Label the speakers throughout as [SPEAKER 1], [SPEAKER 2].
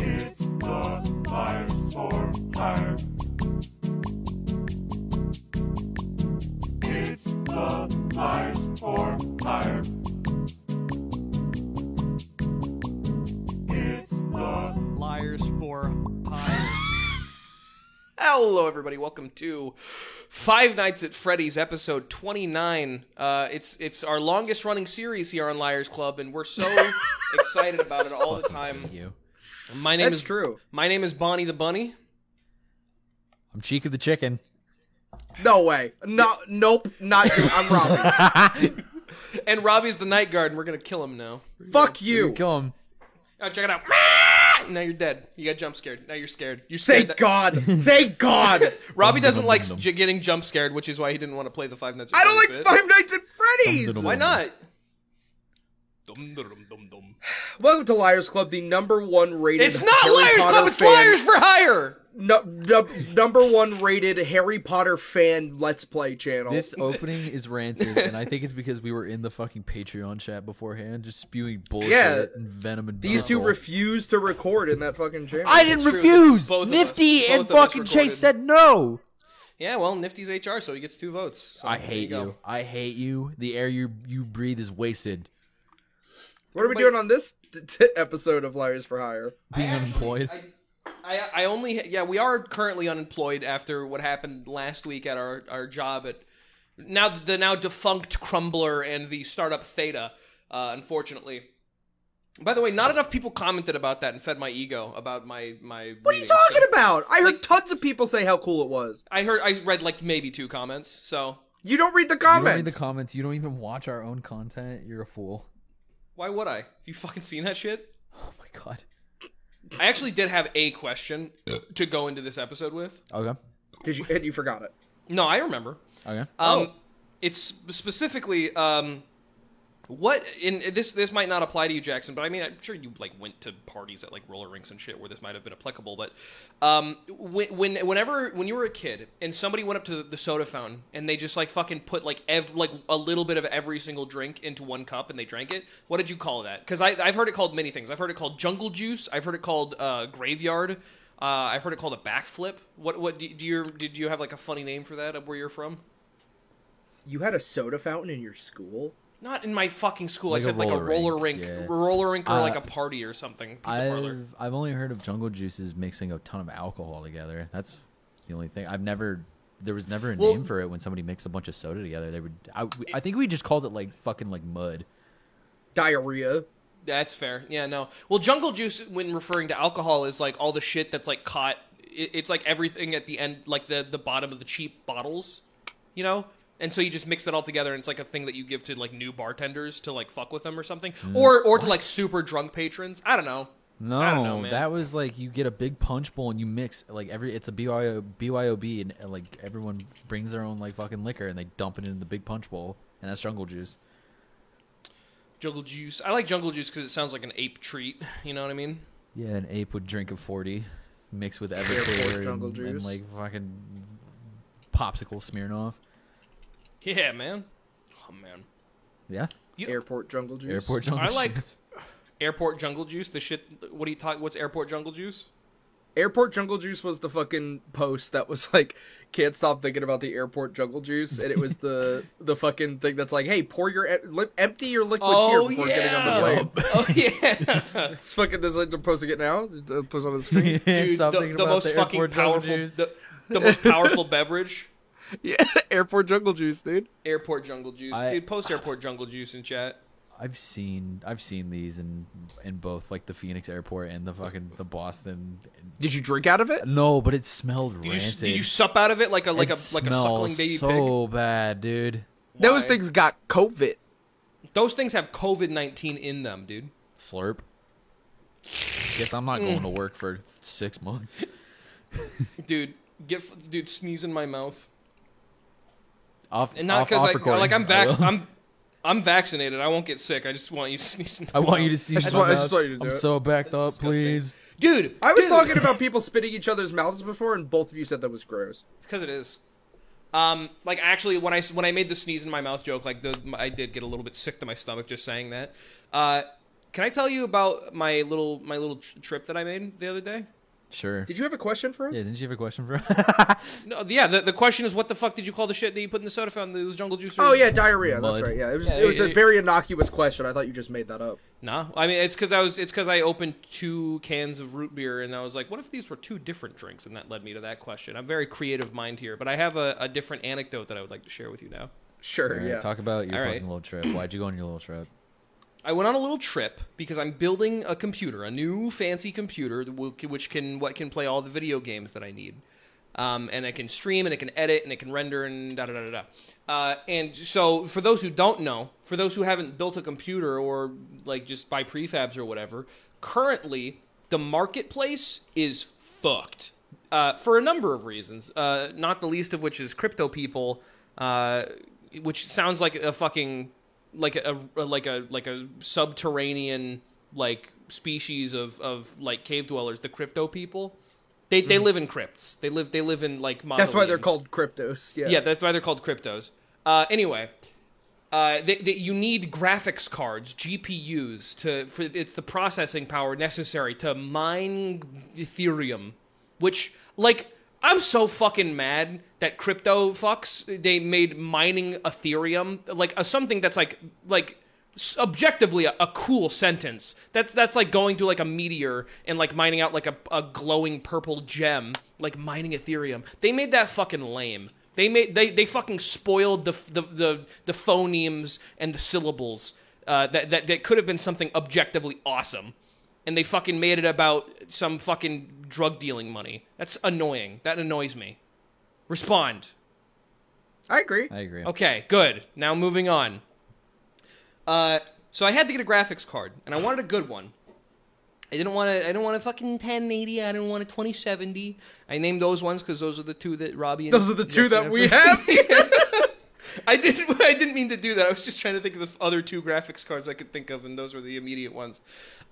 [SPEAKER 1] It's the Liars for Hire. It's the Liars for Hire. It's the
[SPEAKER 2] Liars for Hire.
[SPEAKER 3] Hello, everybody. Welcome to Five Nights at Freddy's, episode twenty-nine. Uh, it's it's our longest-running series here on Liars Club, and we're so excited about it all the time.
[SPEAKER 4] You.
[SPEAKER 3] My name
[SPEAKER 2] That's
[SPEAKER 3] is
[SPEAKER 2] true.
[SPEAKER 3] my name is Bonnie the Bunny.
[SPEAKER 4] I'm Cheek of the Chicken.
[SPEAKER 2] No way.
[SPEAKER 5] No, nope, not you. I'm Robbie.
[SPEAKER 3] And Robbie's the night guard, and we're gonna kill him now.
[SPEAKER 5] Fuck
[SPEAKER 4] Here
[SPEAKER 5] you.
[SPEAKER 4] we come.
[SPEAKER 3] Oh, check it out. Now you're dead. You got jump scared. Now you're scared. You scared.
[SPEAKER 5] Thank
[SPEAKER 3] that-
[SPEAKER 5] God. Thank God.
[SPEAKER 3] Robbie doesn't like
[SPEAKER 4] Dum-dum-dum-dum.
[SPEAKER 3] j- getting jump scared, which is why he didn't want to play the Five Nights. At
[SPEAKER 5] I don't
[SPEAKER 3] Freddy's
[SPEAKER 5] like
[SPEAKER 3] bit.
[SPEAKER 5] Five Nights at Freddy's.
[SPEAKER 4] Dum-dum-dum.
[SPEAKER 3] Why not?
[SPEAKER 5] Welcome to Liars Club, the number one rated.
[SPEAKER 3] It's not
[SPEAKER 5] Harry
[SPEAKER 3] Liars
[SPEAKER 5] Potter
[SPEAKER 3] Club. It's
[SPEAKER 5] fan,
[SPEAKER 3] Liars for Hire.
[SPEAKER 5] No, num- number one rated Harry Potter fan Let's Play channel.
[SPEAKER 4] This opening is rancid, and I think it's because we were in the fucking Patreon chat beforehand, just spewing bullshit
[SPEAKER 5] Yeah.
[SPEAKER 4] and venom and
[SPEAKER 5] These two
[SPEAKER 4] buzzsaw.
[SPEAKER 5] refuse to record in that fucking channel.
[SPEAKER 4] I didn't
[SPEAKER 3] It's true,
[SPEAKER 4] refuse.
[SPEAKER 3] both of us-
[SPEAKER 4] Nifty
[SPEAKER 3] both
[SPEAKER 4] and
[SPEAKER 3] of us
[SPEAKER 4] fucking
[SPEAKER 3] recorded.
[SPEAKER 4] Chase said no.
[SPEAKER 3] Yeah, well, Nifty's HR, so he gets two votes. So
[SPEAKER 4] I
[SPEAKER 3] there
[SPEAKER 4] hate
[SPEAKER 3] go.
[SPEAKER 4] you. I hate you. The air you you breathe is wasted.
[SPEAKER 5] what are we
[SPEAKER 3] Wait.
[SPEAKER 5] doing on this t- t- episode of Liars for Hire?
[SPEAKER 4] Being
[SPEAKER 3] I actually-
[SPEAKER 4] unemployed.
[SPEAKER 3] I, I I only yeah we are currently unemployed after what happened last week at our our job at now the now defunct Crumbler and the startup Theta. Uh, unfortunately, by the way, not enough people commented about that and fed my ego about my my.
[SPEAKER 5] What are you talking about? I heard
[SPEAKER 3] Like-
[SPEAKER 5] tons of people say how cool it was.
[SPEAKER 3] I heard I read like maybe two comments. So
[SPEAKER 5] You don't read the
[SPEAKER 4] you don't
[SPEAKER 5] comments.
[SPEAKER 4] read the comments. You don't even watch our own content. You're a fool.
[SPEAKER 3] why would I? Have you fucking seen that shit?
[SPEAKER 4] Oh my god.
[SPEAKER 3] I actually did have a question to go into this episode with.
[SPEAKER 4] Okay.
[SPEAKER 5] Did you? And you forgot it.
[SPEAKER 3] No, I remember.
[SPEAKER 4] Okay.
[SPEAKER 3] Um, It's sp- specifically um, what in this this might not apply to you, Jackson, but I mean I'm sure you like went to parties at like roller rinks and shit where this might have been applicable. But um, when, when whenever when you were a kid and somebody went up to the, the soda fountain and they just like fucking put like ev like a little bit of every single drink into one cup and they drank it, what did you call that? Because I I've heard it called many things. I've heard it called jungle juice. I've heard it called uh, graveyard. Uh, I've heard it called a backflip. What what do, do you did you have like a funny name for that of where you're from?
[SPEAKER 5] You had a soda fountain in your school.
[SPEAKER 3] Not in my fucking school. I
[SPEAKER 4] Like a
[SPEAKER 3] said like a
[SPEAKER 4] roller
[SPEAKER 3] roller rink,
[SPEAKER 4] rink, yeah.
[SPEAKER 3] roller rink, or
[SPEAKER 4] Uh,
[SPEAKER 3] like a party or something. Pizza parlor.
[SPEAKER 4] I've, I've only heard of jungle juices mixing a ton of alcohol together. That's the only thing. I've never. There was never a
[SPEAKER 3] Well-
[SPEAKER 4] name for it when somebody mixed a bunch of soda together. They would. I, we- I think we just called it like fucking like mud.
[SPEAKER 5] Diarrhea.
[SPEAKER 3] That's fair. Yeah, no. Well, jungle juice, when referring to alcohol, is like all the shit that's like caught. It, it's like everything at the end, like the the bottom of the cheap bottles, you know. And so you just mix that all together, and it's like a thing that you give to like new bartenders to like fuck with them or something,
[SPEAKER 4] Mm.
[SPEAKER 3] or or to like super drunk patrons. I don't know.
[SPEAKER 4] No,
[SPEAKER 3] I don't know, man.
[SPEAKER 4] that was like you get a big punch bowl and you mix like every. It's a BYO, BYOB and uh, like everyone brings their own like fucking liquor and they dump it in the big punch bowl and that's jungle juice.
[SPEAKER 3] Jungle juice. I like jungle juice because it sounds like an ape treat. You know what I mean?
[SPEAKER 4] Yeah, an ape would drink a forty, mixed with Everclear and,
[SPEAKER 5] jungle
[SPEAKER 4] and
[SPEAKER 5] juice.
[SPEAKER 4] like fucking popsicle Smirnoff.
[SPEAKER 3] Yeah, man. Oh man.
[SPEAKER 4] Yeah,
[SPEAKER 5] Airport jungle juice.
[SPEAKER 4] airport jungle.
[SPEAKER 3] I like-
[SPEAKER 4] juice.
[SPEAKER 3] Airport jungle juice. The shit. What do you talk? What's airport jungle juice?
[SPEAKER 5] Airport Jungle Juice was the fucking post that was like, can't stop thinking about the airport jungle juice, and it was the the fucking thing that's like, hey, pour your em- li- empty your liquids
[SPEAKER 4] Oh,
[SPEAKER 5] here before getting on the plane.
[SPEAKER 3] Oh yeah.
[SPEAKER 5] It's fucking this like they're posting it now. uh, Post on the screen.
[SPEAKER 3] Dude, the,
[SPEAKER 4] Stop
[SPEAKER 3] the
[SPEAKER 4] thinking about
[SPEAKER 3] most
[SPEAKER 4] the
[SPEAKER 3] fucking
[SPEAKER 4] airport jungle
[SPEAKER 3] powerful,
[SPEAKER 4] juice.
[SPEAKER 3] the, the most powerful beverage.
[SPEAKER 5] yeah, airport jungle juice, dude.
[SPEAKER 3] Airport jungle juice.
[SPEAKER 4] I-
[SPEAKER 3] Dude, post airport jungle juice in chat.
[SPEAKER 4] I've seen I've seen these in in both like the Phoenix airport and the fucking the Boston.
[SPEAKER 5] Did you drink out of it?
[SPEAKER 4] No, but it smelled
[SPEAKER 3] Did you
[SPEAKER 4] rancid.
[SPEAKER 3] did you sup out of it like a like
[SPEAKER 4] It
[SPEAKER 3] a like a suckling
[SPEAKER 4] smells
[SPEAKER 3] baby
[SPEAKER 4] so bad, dude.
[SPEAKER 3] pig?
[SPEAKER 5] Those
[SPEAKER 3] Why?
[SPEAKER 5] things got COVID.
[SPEAKER 3] Those things have COVID nineteen in them, dude.
[SPEAKER 4] Slurp. Guess I'm
[SPEAKER 3] Hmm.
[SPEAKER 4] not going to work for six months.
[SPEAKER 3] Dude, get f- dude sneeze in my mouth.
[SPEAKER 4] Off
[SPEAKER 3] And not
[SPEAKER 4] off, off
[SPEAKER 3] because I
[SPEAKER 4] recording,
[SPEAKER 3] like I'm
[SPEAKER 4] I
[SPEAKER 3] vac-
[SPEAKER 4] will.
[SPEAKER 3] I'm I'm vaccinated. I won't get sick. I just want you to sneeze. In my
[SPEAKER 4] I want
[SPEAKER 3] mouth.
[SPEAKER 4] you to see.
[SPEAKER 5] I just
[SPEAKER 4] my
[SPEAKER 5] want- I
[SPEAKER 4] mouth.
[SPEAKER 5] just want you to do
[SPEAKER 4] I'm
[SPEAKER 5] it.
[SPEAKER 4] so backed up,
[SPEAKER 3] disgusting.
[SPEAKER 4] please.
[SPEAKER 3] dude.
[SPEAKER 5] I was
[SPEAKER 3] dude.
[SPEAKER 5] talking about people spitting each other's mouths before, and both of you said that was gross.
[SPEAKER 3] because it is. Um, like actually, when I when I made the sneeze in my mouth joke, like the I did get a little bit sick to my stomach just saying that. Uh, Can I tell you about my little my little tr- trip that I made the other day?
[SPEAKER 4] Sure.
[SPEAKER 5] Did you have a question for us?
[SPEAKER 4] yeah, didn't you have a question for? That's
[SPEAKER 3] No, yeah. The, the question is, what the fuck did you call the shit that you put in the soda fountain that was jungle juice? or-
[SPEAKER 5] Oh yeah, diarrhea.
[SPEAKER 4] Mud.
[SPEAKER 5] That's right. Yeah, it was,
[SPEAKER 3] Yeah,
[SPEAKER 5] it was
[SPEAKER 3] it-
[SPEAKER 5] a very innocuous question. I thought you just made that up.
[SPEAKER 3] Nah, I mean it's because I was it's because I opened two cans of root beer and I was like, what if these were two different drinks? And that led me to that question. I'm very creative mind here, but I have a, a different anecdote that I would like to share with you now.
[SPEAKER 5] Sure.
[SPEAKER 4] All right,
[SPEAKER 5] yeah.
[SPEAKER 4] Talk about your
[SPEAKER 3] All right.
[SPEAKER 4] fucking little trip. Why'd you go on your little trip?
[SPEAKER 3] I went on a little trip because I'm building a computer, a new fancy computer that will- which can what can play all the video games that I need. Um, and it can stream and it can edit and it can render and da da da da. da. Uh, and so, for those who don't know, for those who haven't built a computer or like just buy prefabs or whatever, currently the marketplace is fucked uh, for a number of reasons. Uh, not the least of which is crypto people, uh, which sounds like a fucking like a, a like a like a subterranean like species of of like cave dwellers, the crypto people. They they live in crypts. They live they live in like
[SPEAKER 5] Mm-hmm. That's why they're
[SPEAKER 3] mausoleums.
[SPEAKER 5] called cryptos. Yeah.
[SPEAKER 3] Yeah, that's why they're called cryptos. Uh, anyway, uh, they, they, you need graphics cards, GPUs, to for it's the processing power necessary to mine Ethereum, which like I'm so fucking mad that crypto fucks they made mining Ethereum like a, something that's like like s- objectively a, a cool sentence that's that's like going to like a meteor and like mining out like a, a glowing purple gem like mining ethereum they made that fucking lame they made they, they fucking spoiled the, the the the phonemes and the syllables uh, that that that could have been something objectively awesome, and they fucking made it about some fucking drug dealing money. That's annoying. That annoys me. Respond.
[SPEAKER 5] I agree.
[SPEAKER 4] I agree.
[SPEAKER 3] Okay, good. Now moving on. Uh, so I had to get a graphics card, and I wanted a good one. I didn't want to. I didn't want a fucking 1080. I didn't want a 2070. I named those ones because those are the two that Robbie. And
[SPEAKER 5] Those are the two
[SPEAKER 3] Nick
[SPEAKER 5] that we
[SPEAKER 3] Jennifer-
[SPEAKER 5] have.
[SPEAKER 3] I didn't. I didn't mean to do that. I was just trying to think of the other two graphics cards I could think of, and those were the immediate ones.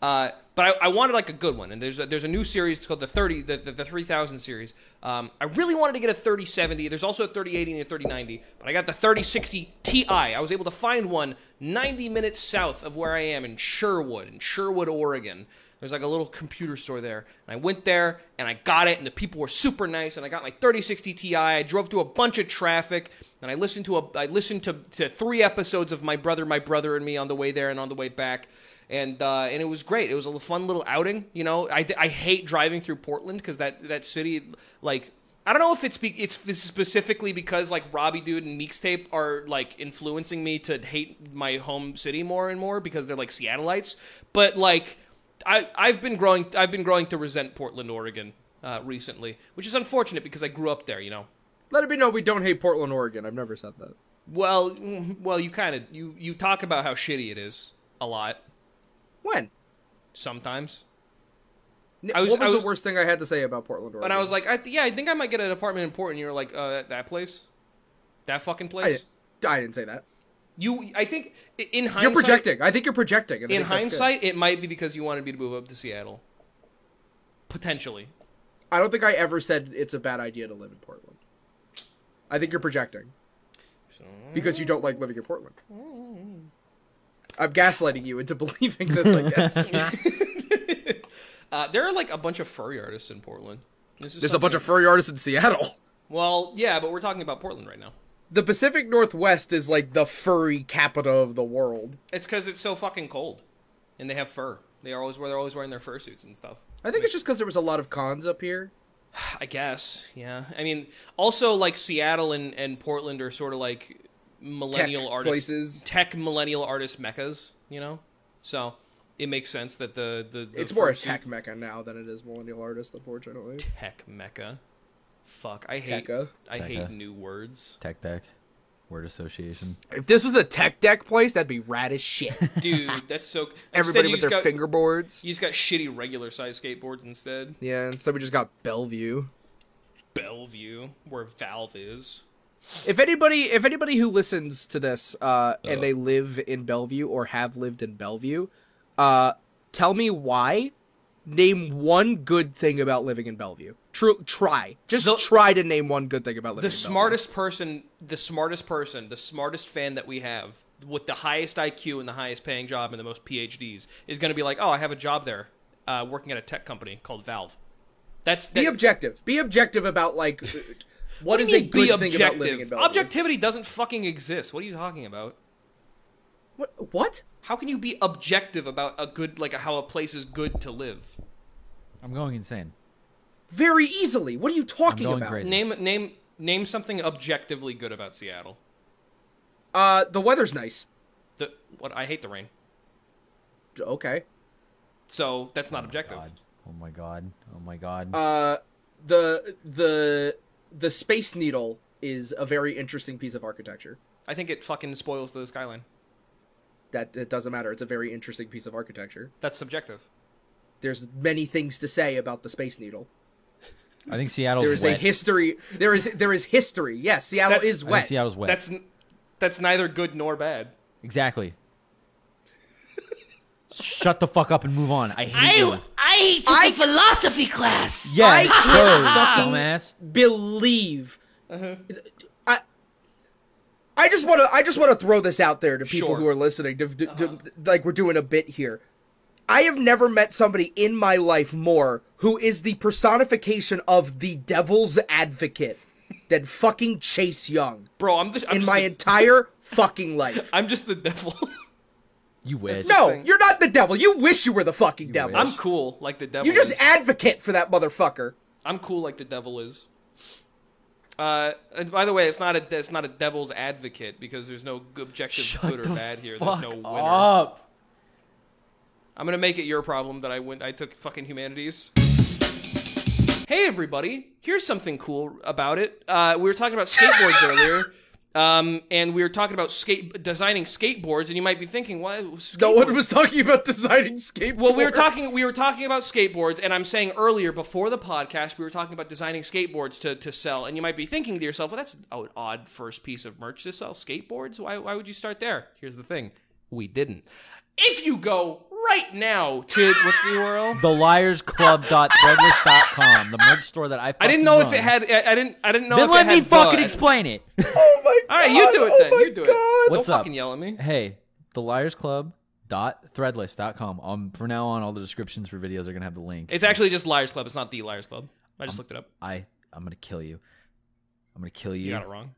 [SPEAKER 3] Uh, but I, I wanted like a good one, and there's a, there's a new series it's called the thirty the, the, the three thousand series. Um, I really wanted to get a thirty seventy. There's also a thirty eighty and a thirty ninety, but I got the thirty sixty Ti. I was able to find one 90 minutes south of where I am in Sherwood, in Sherwood, Oregon. There's like a little computer store there. And I went there and I got it, and the people were super nice. And I got my 3060 Ti. I drove through a bunch of traffic, and I listened to a I listened to, to three episodes of My Brother, My Brother and Me on the way there and on the way back. And uh, and it was great. It was a fun little outing. You know, I, I hate driving through Portland because that that city like I don't know if it's be- it's f- specifically because like Robbie Dude and Meeks Tape are like influencing me to hate my home city more and more because they're like Seattleites, but like I I've been growing I've been growing to resent Portland, Oregon uh, recently, which is unfortunate because I grew up there, you know.
[SPEAKER 5] Let it be known we don't hate Portland, Oregon. I've never said that.
[SPEAKER 3] Well, mm, well, you kind of you you talk about how shitty it is a lot
[SPEAKER 5] When?
[SPEAKER 3] sometimes.
[SPEAKER 5] N-
[SPEAKER 3] I was-
[SPEAKER 5] what was,
[SPEAKER 3] I was-
[SPEAKER 5] the worst thing I had to say about Portland, Oregon?
[SPEAKER 3] And I was like, I th- yeah, I think I might get an apartment in Portland. You're like, uh, that, that place, that fucking
[SPEAKER 5] I,
[SPEAKER 3] place.
[SPEAKER 5] I didn't say that. you.
[SPEAKER 3] you, I think i- in hindsight,
[SPEAKER 5] You're projecting. I think you're projecting. and I
[SPEAKER 3] In
[SPEAKER 5] think that's good.
[SPEAKER 3] hindsight, it might be because you wanted me to move up to Seattle. Potentially.
[SPEAKER 5] I don't think I ever said it's a bad idea to live in Portland. I think you're projecting because you don't like living in Portland. I'm gaslighting you into believing this. I guess
[SPEAKER 3] uh, there are like a bunch of furry artists in Portland. This is
[SPEAKER 5] there's a
[SPEAKER 3] something-
[SPEAKER 5] bunch of furry artists in Seattle.
[SPEAKER 3] Well, yeah, but we're talking about Portland right now.
[SPEAKER 5] The Pacific Northwest is like the furry capital of the world.
[SPEAKER 3] It's because it's so fucking cold, and they have fur. They are always where they're always wearing their fursuits and stuff.
[SPEAKER 5] I think it's just because there was a lot of cons up here.
[SPEAKER 3] I guess, yeah. I mean, also like Seattle and, and Portland are sort of like millennial
[SPEAKER 5] Tech
[SPEAKER 3] artists,
[SPEAKER 5] places.
[SPEAKER 3] tech millennial artist meccas, you know. So it makes sense that the the, the
[SPEAKER 5] It's more a
[SPEAKER 3] fursuit-
[SPEAKER 5] tech mecca now than it is millennial artist, unfortunately.
[SPEAKER 3] tech mecca. Fuck, I hate
[SPEAKER 5] Tekka.
[SPEAKER 3] I hate
[SPEAKER 4] Tekka.
[SPEAKER 3] new words,
[SPEAKER 4] Tech deck. Word association.
[SPEAKER 5] If this was a tech deck place, that'd be rad as shit.
[SPEAKER 3] dude. That's so. instead
[SPEAKER 5] Everybody
[SPEAKER 3] you
[SPEAKER 5] with
[SPEAKER 3] just
[SPEAKER 5] their
[SPEAKER 3] got,
[SPEAKER 5] fingerboards.
[SPEAKER 3] You just got shitty regular size skateboards instead.
[SPEAKER 5] Yeah, and so we just got Bellevue.
[SPEAKER 3] Bellevue, where Valve is.
[SPEAKER 5] If anybody, if anybody who listens to this uh, and they live in Bellevue or have lived in Bellevue, uh, tell me why. Name one good thing about living in Bellevue. True, try. Just
[SPEAKER 3] The-
[SPEAKER 5] try to name one good thing about
[SPEAKER 3] The
[SPEAKER 5] living. in Bellevue.
[SPEAKER 3] smartest person, the smartest person, the smartest fan that we have with the highest IQ and the highest paying job and the most PhDs is going to be like, oh, I have a job there, uh, working at a tech company called Valve. That's
[SPEAKER 5] Be
[SPEAKER 3] that-
[SPEAKER 5] objective. Be objective about like what is
[SPEAKER 3] What do you
[SPEAKER 5] a
[SPEAKER 3] mean,
[SPEAKER 5] good
[SPEAKER 3] be
[SPEAKER 5] thing about living in
[SPEAKER 3] objective.
[SPEAKER 5] Bellevue.
[SPEAKER 3] Objectivity doesn't fucking exist. What are you talking about?
[SPEAKER 5] What? what?
[SPEAKER 3] How can you be objective about a good like how a place is good to live?
[SPEAKER 4] I'm going insane.
[SPEAKER 5] Very easily. What are you talking
[SPEAKER 4] going
[SPEAKER 5] about?
[SPEAKER 4] crazy.
[SPEAKER 3] Name name name something objectively good about Seattle.
[SPEAKER 5] Uh, the weather's nice.
[SPEAKER 3] The what I hate the rain.
[SPEAKER 5] Okay.
[SPEAKER 3] So that's not objective.
[SPEAKER 4] God. Oh my god. Oh my god.
[SPEAKER 5] Uh, the the the space needle is a very interesting piece of architecture.
[SPEAKER 3] I think it fucking spoils the skyline.
[SPEAKER 5] That it doesn't matter. It's a very interesting piece of architecture.
[SPEAKER 3] That's subjective.
[SPEAKER 5] There's many things to say about the space needle.
[SPEAKER 4] I
[SPEAKER 3] Uh,
[SPEAKER 4] think Seattle's
[SPEAKER 5] There is
[SPEAKER 4] wet.
[SPEAKER 5] a history. There is there is history. Yes, Seattle
[SPEAKER 3] That's-
[SPEAKER 5] is
[SPEAKER 4] I think
[SPEAKER 5] wet.
[SPEAKER 4] Seattle's wet.
[SPEAKER 3] That's n- that's neither good nor bad.
[SPEAKER 4] exactly. Shut the fuck up and move on. I hate you.
[SPEAKER 6] I took a philosophy class.
[SPEAKER 4] Yes,
[SPEAKER 5] I
[SPEAKER 4] sir,
[SPEAKER 5] fucking-
[SPEAKER 4] dumbass.
[SPEAKER 5] believe.
[SPEAKER 3] Uh-huh.
[SPEAKER 5] I I just want to I just want to throw this out there to people
[SPEAKER 3] Sure. Uh-huh.
[SPEAKER 5] who are listening. To, to, to- like we're doing a bit here. I have never met somebody in my life more who is the personification of the devil's advocate than fucking Chase Young
[SPEAKER 3] Bro, I'm, the, I'm
[SPEAKER 5] in
[SPEAKER 3] just
[SPEAKER 5] my
[SPEAKER 3] the,
[SPEAKER 5] entire fucking life.
[SPEAKER 3] I'm just the devil.
[SPEAKER 4] You wish.
[SPEAKER 5] No,
[SPEAKER 3] thing.
[SPEAKER 5] you're not the devil. You wish you were the fucking devil.
[SPEAKER 4] wish.
[SPEAKER 3] I'm cool like the devil.
[SPEAKER 5] You just
[SPEAKER 3] is.
[SPEAKER 5] advocate for that motherfucker.
[SPEAKER 3] I'm cool like the devil is. Uh, and by the way, it's not a it's not a devil's advocate because there's no g- objective good or bad here. There's
[SPEAKER 4] fuck
[SPEAKER 3] no winner.
[SPEAKER 4] up.
[SPEAKER 3] I'm gonna make it your problem that I went I took fucking humanities. Hey everybody, here's something cool about it. Uh, we were talking about skateboards earlier. Um, and we were talking about skate designing skateboards, and you might be thinking, why?
[SPEAKER 5] No
[SPEAKER 3] skateboards?
[SPEAKER 5] one was talking about designing skateboards.
[SPEAKER 3] Well, we were talking we were talking about skateboards, and I'm saying earlier before the podcast we were talking about designing skateboards to, to sell. And you might be thinking to yourself, well, that's an odd first piece of merch to sell skateboards. Why why would you start there? Here's the thing, we didn't. If you go right now to what's the URL?
[SPEAKER 4] Theliarsclub.threadless.com, the merch store that I fucking
[SPEAKER 3] I didn't know if
[SPEAKER 4] run.
[SPEAKER 3] it had. I, I didn't. I didn't know.
[SPEAKER 4] Then
[SPEAKER 3] if
[SPEAKER 4] let
[SPEAKER 3] it
[SPEAKER 4] me
[SPEAKER 3] had
[SPEAKER 4] fucking
[SPEAKER 3] the-
[SPEAKER 4] explain it.
[SPEAKER 5] Oh my
[SPEAKER 3] All right, you do it then.
[SPEAKER 5] Oh
[SPEAKER 3] you do
[SPEAKER 5] my
[SPEAKER 3] it.
[SPEAKER 4] What's
[SPEAKER 3] Don't
[SPEAKER 4] up?
[SPEAKER 3] fucking yell at me.
[SPEAKER 4] Hey, theliarsclub.threadless.com. Um, from now on, all the descriptions for videos are gonna have the link.
[SPEAKER 3] It's actually just Liars Club. It's not the Liars Club. I
[SPEAKER 4] Uh-huh.
[SPEAKER 3] just looked it up.
[SPEAKER 4] I. I'm gonna kill you. I'm gonna kill
[SPEAKER 3] You
[SPEAKER 4] you.
[SPEAKER 3] got it wrong.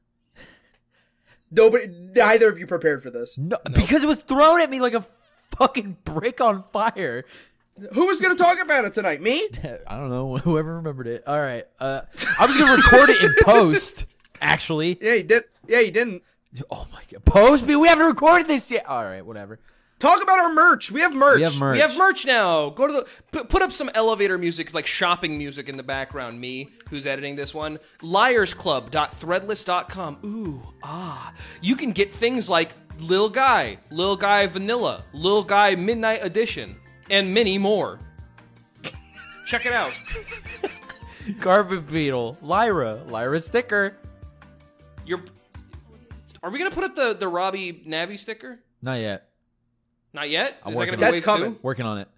[SPEAKER 5] Nobody, neither of you prepared for this.
[SPEAKER 4] No, because it was thrown at me like a fucking brick on fire.
[SPEAKER 5] Who was going to talk about it tonight? Me?
[SPEAKER 4] I don't know whoever remembered it. All right, uh, I was gonna record it in post. Actually,
[SPEAKER 5] Yeah, you did. Yeah, you didn't.
[SPEAKER 4] oh my god, post me. We haven't recorded this yet. All right, whatever.
[SPEAKER 5] Talk about our merch. We have merch.
[SPEAKER 4] We have merch.
[SPEAKER 3] We have merch now. Go to the pu- put up some elevator music, like shopping music in the background. Me, who's editing this one, liarsclub.threadless.com. Ooh, ah, you can get things like Lil Guy, Lil Guy Vanilla, Lil Guy Midnight Edition, and many more. Check it out.
[SPEAKER 4] Carpet beetle, Lyra, Lyra sticker.
[SPEAKER 3] You're. Are we gonna put up the the Robbie Navi sticker?
[SPEAKER 4] Not yet.
[SPEAKER 3] Not yet.
[SPEAKER 4] I'm
[SPEAKER 3] Is that
[SPEAKER 4] working
[SPEAKER 3] gonna
[SPEAKER 4] on
[SPEAKER 3] be
[SPEAKER 4] it.
[SPEAKER 5] That's
[SPEAKER 3] wave
[SPEAKER 5] coming.
[SPEAKER 3] two?
[SPEAKER 4] Working on it.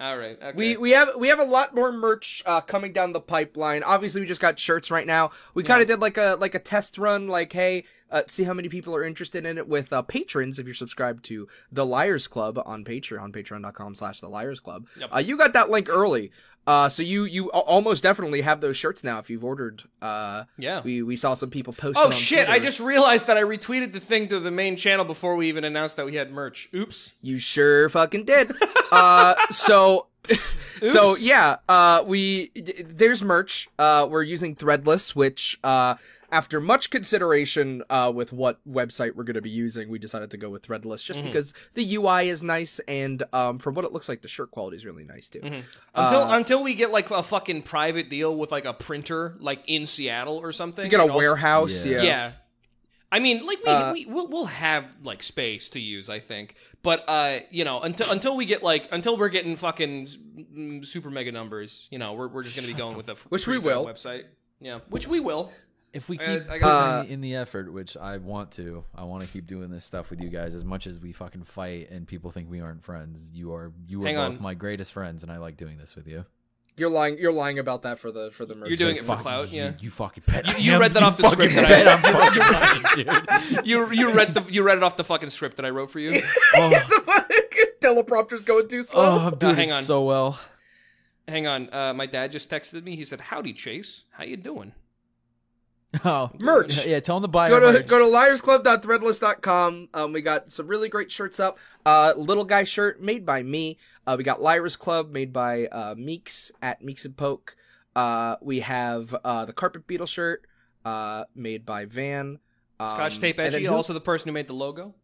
[SPEAKER 3] All right. Okay.
[SPEAKER 5] We we have we have a lot more merch uh, coming down the pipeline. Obviously, we just got shirts right now. We kind of did like a like a test run, like hey, uh, see how many people are interested in it with uh, patrons. If you're subscribed to the Liars Club on Patreon, Patreon.com/slash The Liars Club,
[SPEAKER 3] Yep.
[SPEAKER 5] uh, you got that link early. Uh, so you you al- almost definitely have those shirts now if you've ordered. Uh,
[SPEAKER 3] Yeah.
[SPEAKER 5] we we saw some people post. it
[SPEAKER 3] Oh
[SPEAKER 5] on
[SPEAKER 3] shit! I
[SPEAKER 5] Twitter.
[SPEAKER 3] just realized that I retweeted the thing to the main channel before we even announced that we had merch. Oops.
[SPEAKER 5] You sure fucking did. uh, so, so
[SPEAKER 3] Oops.
[SPEAKER 5] yeah, uh, we d- there's merch. Uh, we're using Threadless, which uh, after much consideration uh, with what website we're going to be using, we decided to go with Threadless
[SPEAKER 3] Mm-hmm.
[SPEAKER 5] just because the UI is nice and um, from what it looks like, the shirt quality is really nice too.
[SPEAKER 3] Mm-hmm. Until
[SPEAKER 5] Uh,
[SPEAKER 3] until we get like a fucking private deal with like a printer like in Seattle or something.
[SPEAKER 5] You get a
[SPEAKER 3] and also-
[SPEAKER 5] warehouse,
[SPEAKER 4] Yeah.
[SPEAKER 5] yeah.
[SPEAKER 3] Yeah. I mean, like we,
[SPEAKER 5] Uh,
[SPEAKER 3] we we'll, we'll have like space to use, I think. But uh, you know, until until we get like until we're getting fucking s- m- super mega numbers, you know, we're we're just gonna be going with a
[SPEAKER 5] Which we
[SPEAKER 3] pretty fucking
[SPEAKER 5] will.
[SPEAKER 3] website. Yeah, which we will.
[SPEAKER 4] If we
[SPEAKER 3] I
[SPEAKER 4] keep
[SPEAKER 3] got- I
[SPEAKER 4] putting
[SPEAKER 3] got-
[SPEAKER 4] in the effort, which I want to, I want to keep doing this stuff with you guys as much as we fucking fight and people think we aren't friends. You are you are
[SPEAKER 3] Hang
[SPEAKER 4] both
[SPEAKER 3] on.
[SPEAKER 4] my greatest friends, and I like doing this with you.
[SPEAKER 5] You're lying. You're lying about that for the for the merch.
[SPEAKER 3] You're doing
[SPEAKER 4] You
[SPEAKER 3] it for
[SPEAKER 4] fucking-
[SPEAKER 3] clout, yeah.
[SPEAKER 4] You, you fucking bet. I
[SPEAKER 3] you
[SPEAKER 4] am.
[SPEAKER 3] read that off the
[SPEAKER 4] fucking
[SPEAKER 3] script that I-
[SPEAKER 4] bet I'm fucking lying, dude.
[SPEAKER 3] You you read the you read it off the fucking script that I wrote for you.
[SPEAKER 4] Oh,
[SPEAKER 5] Teleprompter's going too slow.
[SPEAKER 4] oh, I'm doing
[SPEAKER 3] hang
[SPEAKER 4] it
[SPEAKER 3] on.
[SPEAKER 4] so well.
[SPEAKER 3] Hang on, uh, my dad just texted me. He said, "Howdy, Chase. How you doing?"
[SPEAKER 4] Oh,
[SPEAKER 5] Merch.
[SPEAKER 4] Yeah, tell him to buy
[SPEAKER 5] go
[SPEAKER 4] our
[SPEAKER 5] to
[SPEAKER 4] merch.
[SPEAKER 5] go to liarsclub.threadless.com. Um, we got some really great shirts up. Uh, little guy shirt made by me. Uh, we got Lyra's Club made by uh, Meeks at Meeks and Poke. Uh, we have uh, the Carpet Beetle shirt uh, made by Van. Um,
[SPEAKER 3] Scotch tape
[SPEAKER 5] and then
[SPEAKER 3] edgy,
[SPEAKER 5] who-
[SPEAKER 3] also the person who made the logo.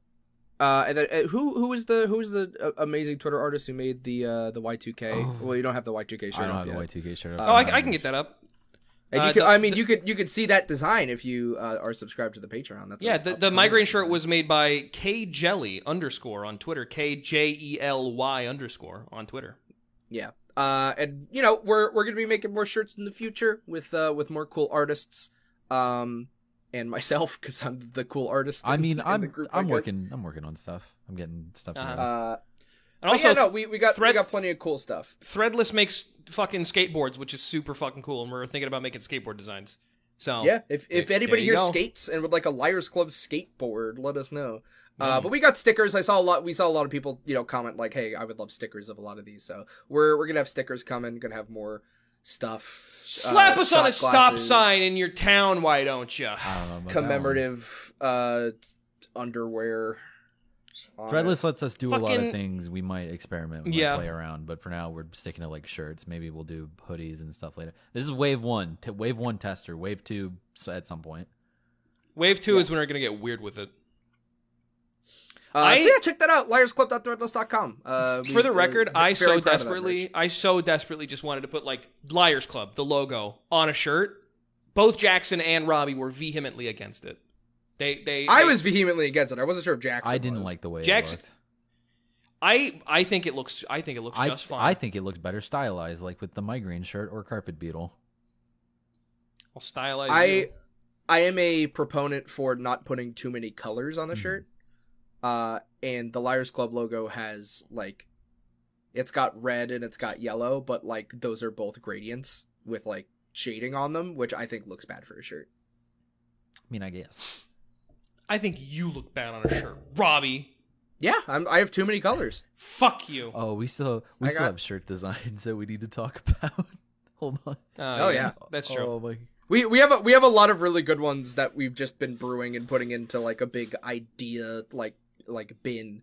[SPEAKER 5] Uh, and then, uh, who who is the who is the uh, amazing Twitter artist who made the uh, the Y two K?
[SPEAKER 4] Oh.
[SPEAKER 5] Well, you don't have the Y two K shirt.
[SPEAKER 4] I don't
[SPEAKER 5] up
[SPEAKER 4] have the
[SPEAKER 5] yet.
[SPEAKER 4] Y2K shirt.
[SPEAKER 5] Uh,
[SPEAKER 3] Oh, I, I can get that up.
[SPEAKER 5] And
[SPEAKER 3] Uh,
[SPEAKER 5] you could,
[SPEAKER 3] the-
[SPEAKER 5] I mean,
[SPEAKER 3] the-
[SPEAKER 5] you could you could see that design if you uh, are subscribed to the Patreon. That's
[SPEAKER 3] Yeah,
[SPEAKER 5] a-
[SPEAKER 3] the,
[SPEAKER 5] a-
[SPEAKER 3] the
[SPEAKER 5] a-
[SPEAKER 3] migraine shirt was made by K Jelly underscore on Twitter. K J E L Y underscore on Twitter.
[SPEAKER 5] Yeah. Uh, and you know, we're we're gonna be making more shirts in the future with uh with more cool artists, um, and myself because I'm the cool artist.
[SPEAKER 4] I
[SPEAKER 5] in-
[SPEAKER 4] mean,
[SPEAKER 5] in the
[SPEAKER 4] I'm
[SPEAKER 5] group, I
[SPEAKER 4] I'm
[SPEAKER 5] guess.
[SPEAKER 4] working. I'm working on stuff. I'm getting stuff.
[SPEAKER 3] Uh-huh.
[SPEAKER 4] together.
[SPEAKER 5] Uh,
[SPEAKER 3] And
[SPEAKER 5] but
[SPEAKER 3] also,
[SPEAKER 5] yeah, no, we we got
[SPEAKER 3] thread-
[SPEAKER 5] we got plenty of cool stuff.
[SPEAKER 3] Threadless makes fucking skateboards, which is super fucking cool. And we're thinking about making skateboard designs. So
[SPEAKER 5] yeah, if
[SPEAKER 3] Oh,
[SPEAKER 5] if
[SPEAKER 3] there
[SPEAKER 5] anybody
[SPEAKER 3] you
[SPEAKER 5] here
[SPEAKER 3] go.
[SPEAKER 5] skates and would like a Liars Club skateboard, let us know.
[SPEAKER 3] mm.
[SPEAKER 5] Uh, but we got stickers. I saw a lot. We saw a lot of people, you know, comment like, "Hey, I would love stickers of a lot of these." So we're we're gonna have stickers coming. Gonna have more stuff.
[SPEAKER 3] slap
[SPEAKER 5] uh,
[SPEAKER 3] us on
[SPEAKER 5] shot
[SPEAKER 3] a stop
[SPEAKER 5] glasses.
[SPEAKER 3] sign in your town, why don't you?
[SPEAKER 4] I don't know about that one.
[SPEAKER 5] commemorative uh underwear. on it.
[SPEAKER 4] Threadless lets us do a lot
[SPEAKER 3] Fucking-
[SPEAKER 4] of things. We might experiment, we
[SPEAKER 3] Yeah.
[SPEAKER 4] might play around, but for now we're sticking to like shirts. Maybe we'll do hoodies and stuff later. This is wave one, t- wave one tester, wave two s- at some point.
[SPEAKER 3] Wave two is when we're gonna get weird with it.
[SPEAKER 5] Uh,
[SPEAKER 3] I-
[SPEAKER 5] so yeah, check that out. Liarsclub.threadless.com. Uh, we-
[SPEAKER 3] For the
[SPEAKER 5] we're
[SPEAKER 3] record,
[SPEAKER 5] ve-
[SPEAKER 3] I
[SPEAKER 5] very proud
[SPEAKER 3] so
[SPEAKER 5] of that
[SPEAKER 3] desperately,
[SPEAKER 5] merch.
[SPEAKER 3] I so desperately just wanted to put like Liars Club, the logo, on a shirt. Both Jackson and Robbie were vehemently against it. They, they,
[SPEAKER 5] I
[SPEAKER 3] they-
[SPEAKER 5] was vehemently against it. I wasn't sure if Jackson.
[SPEAKER 4] I didn't
[SPEAKER 5] was.
[SPEAKER 4] like the way
[SPEAKER 3] Jackson-
[SPEAKER 4] it looked.
[SPEAKER 3] I, I think it looks, I think it looks
[SPEAKER 4] I,
[SPEAKER 3] just fine.
[SPEAKER 4] I think it looks better stylized, like with the migraine shirt or carpet beetle.
[SPEAKER 3] I'll stylize.
[SPEAKER 5] I
[SPEAKER 3] you.
[SPEAKER 5] I am a proponent for not putting too many colors on the
[SPEAKER 4] Mhm.
[SPEAKER 5] shirt. Uh, and the Liars Club logo has like, it's got red and it's got yellow, but like those are both gradients with like shading on them, which I think looks bad for a shirt.
[SPEAKER 4] I mean, I guess.
[SPEAKER 3] I think you look bad on a shirt, Robbie.
[SPEAKER 5] Yeah, I'm, I have too many colors.
[SPEAKER 3] Fuck you. Uh,
[SPEAKER 4] Oh, we still we
[SPEAKER 5] I
[SPEAKER 4] still
[SPEAKER 5] got-
[SPEAKER 4] have shirt designs that we need to talk about. Hold on.
[SPEAKER 3] Uh,
[SPEAKER 5] oh, yeah.
[SPEAKER 3] that's true.
[SPEAKER 4] Oh my.
[SPEAKER 5] We we have a we have a lot of really good ones that we've just been brewing and putting into like a big idea like like bin.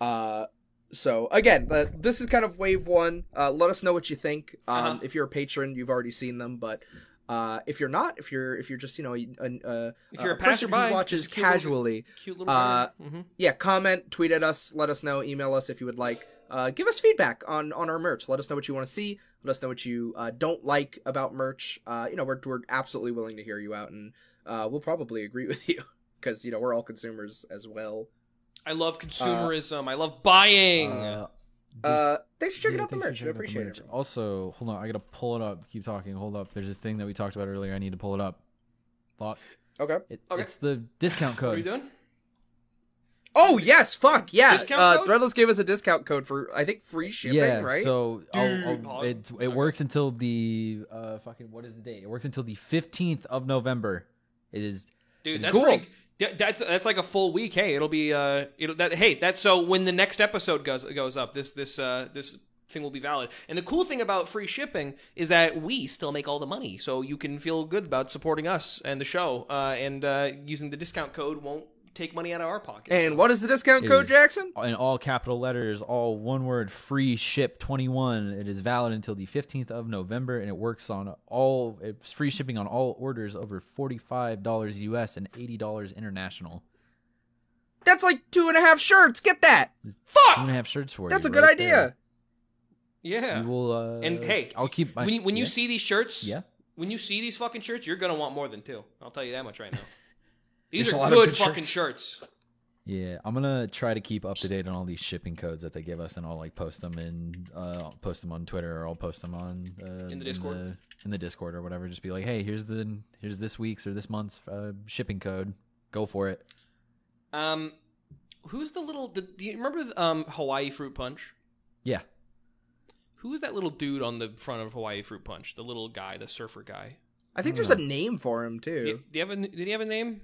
[SPEAKER 5] Uh so again, uh, this is kind of wave one. Uh, let us know what you think. Um,
[SPEAKER 3] Uh-huh.
[SPEAKER 5] If you're a patron, you've already seen them, but uh, if you're not, if you're if you're just you know a, a,
[SPEAKER 3] If you're a
[SPEAKER 5] person uh, who
[SPEAKER 3] passerby,
[SPEAKER 5] watches
[SPEAKER 3] just a cute little-
[SPEAKER 5] casually,
[SPEAKER 3] Cute little.
[SPEAKER 5] Uh,
[SPEAKER 3] mm-hmm.
[SPEAKER 5] yeah, comment, tweet at us, let us know, email us if you would like. Uh, give us feedback on on our merch. Let us know what you want to see. Let us know what you uh, don't like about merch. Uh, you know, we're we're absolutely willing to hear you out, and uh, we'll probably agree with you because you know we're all consumers as well.
[SPEAKER 3] I love consumerism. I love buying.
[SPEAKER 4] Uh,
[SPEAKER 5] Uh, thanks for checking
[SPEAKER 4] Yeah,
[SPEAKER 5] out the
[SPEAKER 4] thanks for
[SPEAKER 5] merch.
[SPEAKER 4] checking
[SPEAKER 5] We
[SPEAKER 4] out the
[SPEAKER 5] appreciate
[SPEAKER 4] merch.
[SPEAKER 5] it.
[SPEAKER 4] Also, hold on, I gotta pull it up. Keep talking. Hold up. There's this thing that we talked about earlier. I need to pull it up. Fuck.
[SPEAKER 5] Okay.
[SPEAKER 4] It,
[SPEAKER 5] Okay.
[SPEAKER 4] It's the discount
[SPEAKER 3] what are you
[SPEAKER 4] code.
[SPEAKER 3] doing?
[SPEAKER 5] Oh yes, fuck yeah.
[SPEAKER 3] Discount
[SPEAKER 5] Uh,
[SPEAKER 3] code?
[SPEAKER 5] Threadless gave us a discount code for I think free shipping,
[SPEAKER 4] yeah.
[SPEAKER 5] right?
[SPEAKER 4] So
[SPEAKER 3] Dude,
[SPEAKER 4] I'll, I'll,
[SPEAKER 3] Paul.
[SPEAKER 4] it it
[SPEAKER 3] Okay.
[SPEAKER 4] works until the uh fucking what is the date? It works until the fifteenth of November. It is.
[SPEAKER 3] Dude,
[SPEAKER 4] It's
[SPEAKER 3] that's
[SPEAKER 4] cool.
[SPEAKER 3] pretty. that- That's that's like a full week. Hey, it'll be uh, it'll that hey that's so when the next episode goes goes up, this this uh this thing will be valid. And the cool thing about free shipping is that we still make all the money, so you can feel good about supporting us and the show. Uh, and uh, using the discount code won't take money out of our pocket.
[SPEAKER 5] and what is the discount code,
[SPEAKER 4] is-
[SPEAKER 5] Jackson?
[SPEAKER 4] in all capital letters, all one word, free ship 21. It is valid until the 15th of November and it works on all, it's free shipping on all orders over $45 US and $80 international.
[SPEAKER 5] That's like two and a half shirts. Get that.
[SPEAKER 4] I'm
[SPEAKER 3] fuck
[SPEAKER 4] gonna have shirts for
[SPEAKER 5] That's
[SPEAKER 4] you
[SPEAKER 5] a good
[SPEAKER 4] right
[SPEAKER 5] idea.
[SPEAKER 4] there.
[SPEAKER 3] yeah.
[SPEAKER 4] You will, uh,
[SPEAKER 3] And hey,
[SPEAKER 4] I'll keep my,
[SPEAKER 3] when you, when you
[SPEAKER 4] yeah,
[SPEAKER 3] see these shirts,
[SPEAKER 4] yeah.
[SPEAKER 3] when you see these fucking shirts, you're gonna want more than two. I'll tell you that much right now. These
[SPEAKER 5] There's a
[SPEAKER 3] are
[SPEAKER 5] lot of
[SPEAKER 3] good,
[SPEAKER 5] good
[SPEAKER 3] fucking shirts.
[SPEAKER 4] Yeah, I'm gonna try to keep up to date on all these shipping codes that they give us, and I'll like post them in, uh, I'll post them on Twitter, or I'll post them on uh,
[SPEAKER 3] In the Discord?
[SPEAKER 4] in the, in the Discord or whatever. Just be like, hey, here's the here's this week's or this month's uh, shipping code. Go for it.
[SPEAKER 3] Um, who's the little? Do, do you remember um Hawaii Fruit Punch?
[SPEAKER 4] Yeah,
[SPEAKER 3] Who is that little dude on the front of Hawaii Fruit Punch? The little guy, the surfer guy.
[SPEAKER 5] I think there's a name for him
[SPEAKER 3] Do
[SPEAKER 5] too.
[SPEAKER 3] do you have a, did he have a name?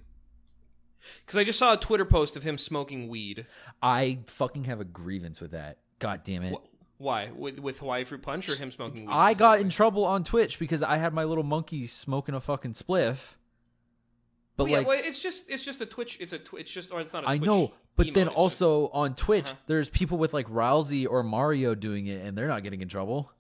[SPEAKER 3] Because I just saw a Twitter post of him smoking weed.
[SPEAKER 4] I fucking have a grievance with that. God damn it.
[SPEAKER 3] Why? With, with Hawaii Fruit Punch or him smoking weed?
[SPEAKER 4] I got in
[SPEAKER 3] specifically?
[SPEAKER 4] trouble on Twitch because I had my little monkey smoking a fucking spliff. But
[SPEAKER 3] Well, yeah,
[SPEAKER 4] like
[SPEAKER 3] well, it's just it's just a Twitch. It's a tw- it's just or it's not. A
[SPEAKER 4] I
[SPEAKER 3] Twitch
[SPEAKER 4] know, but
[SPEAKER 3] emote,
[SPEAKER 4] then
[SPEAKER 3] it's just-
[SPEAKER 4] also on Twitch
[SPEAKER 3] Uh-huh.
[SPEAKER 4] there's people with like Rousey or Mario doing it and they're not getting in trouble.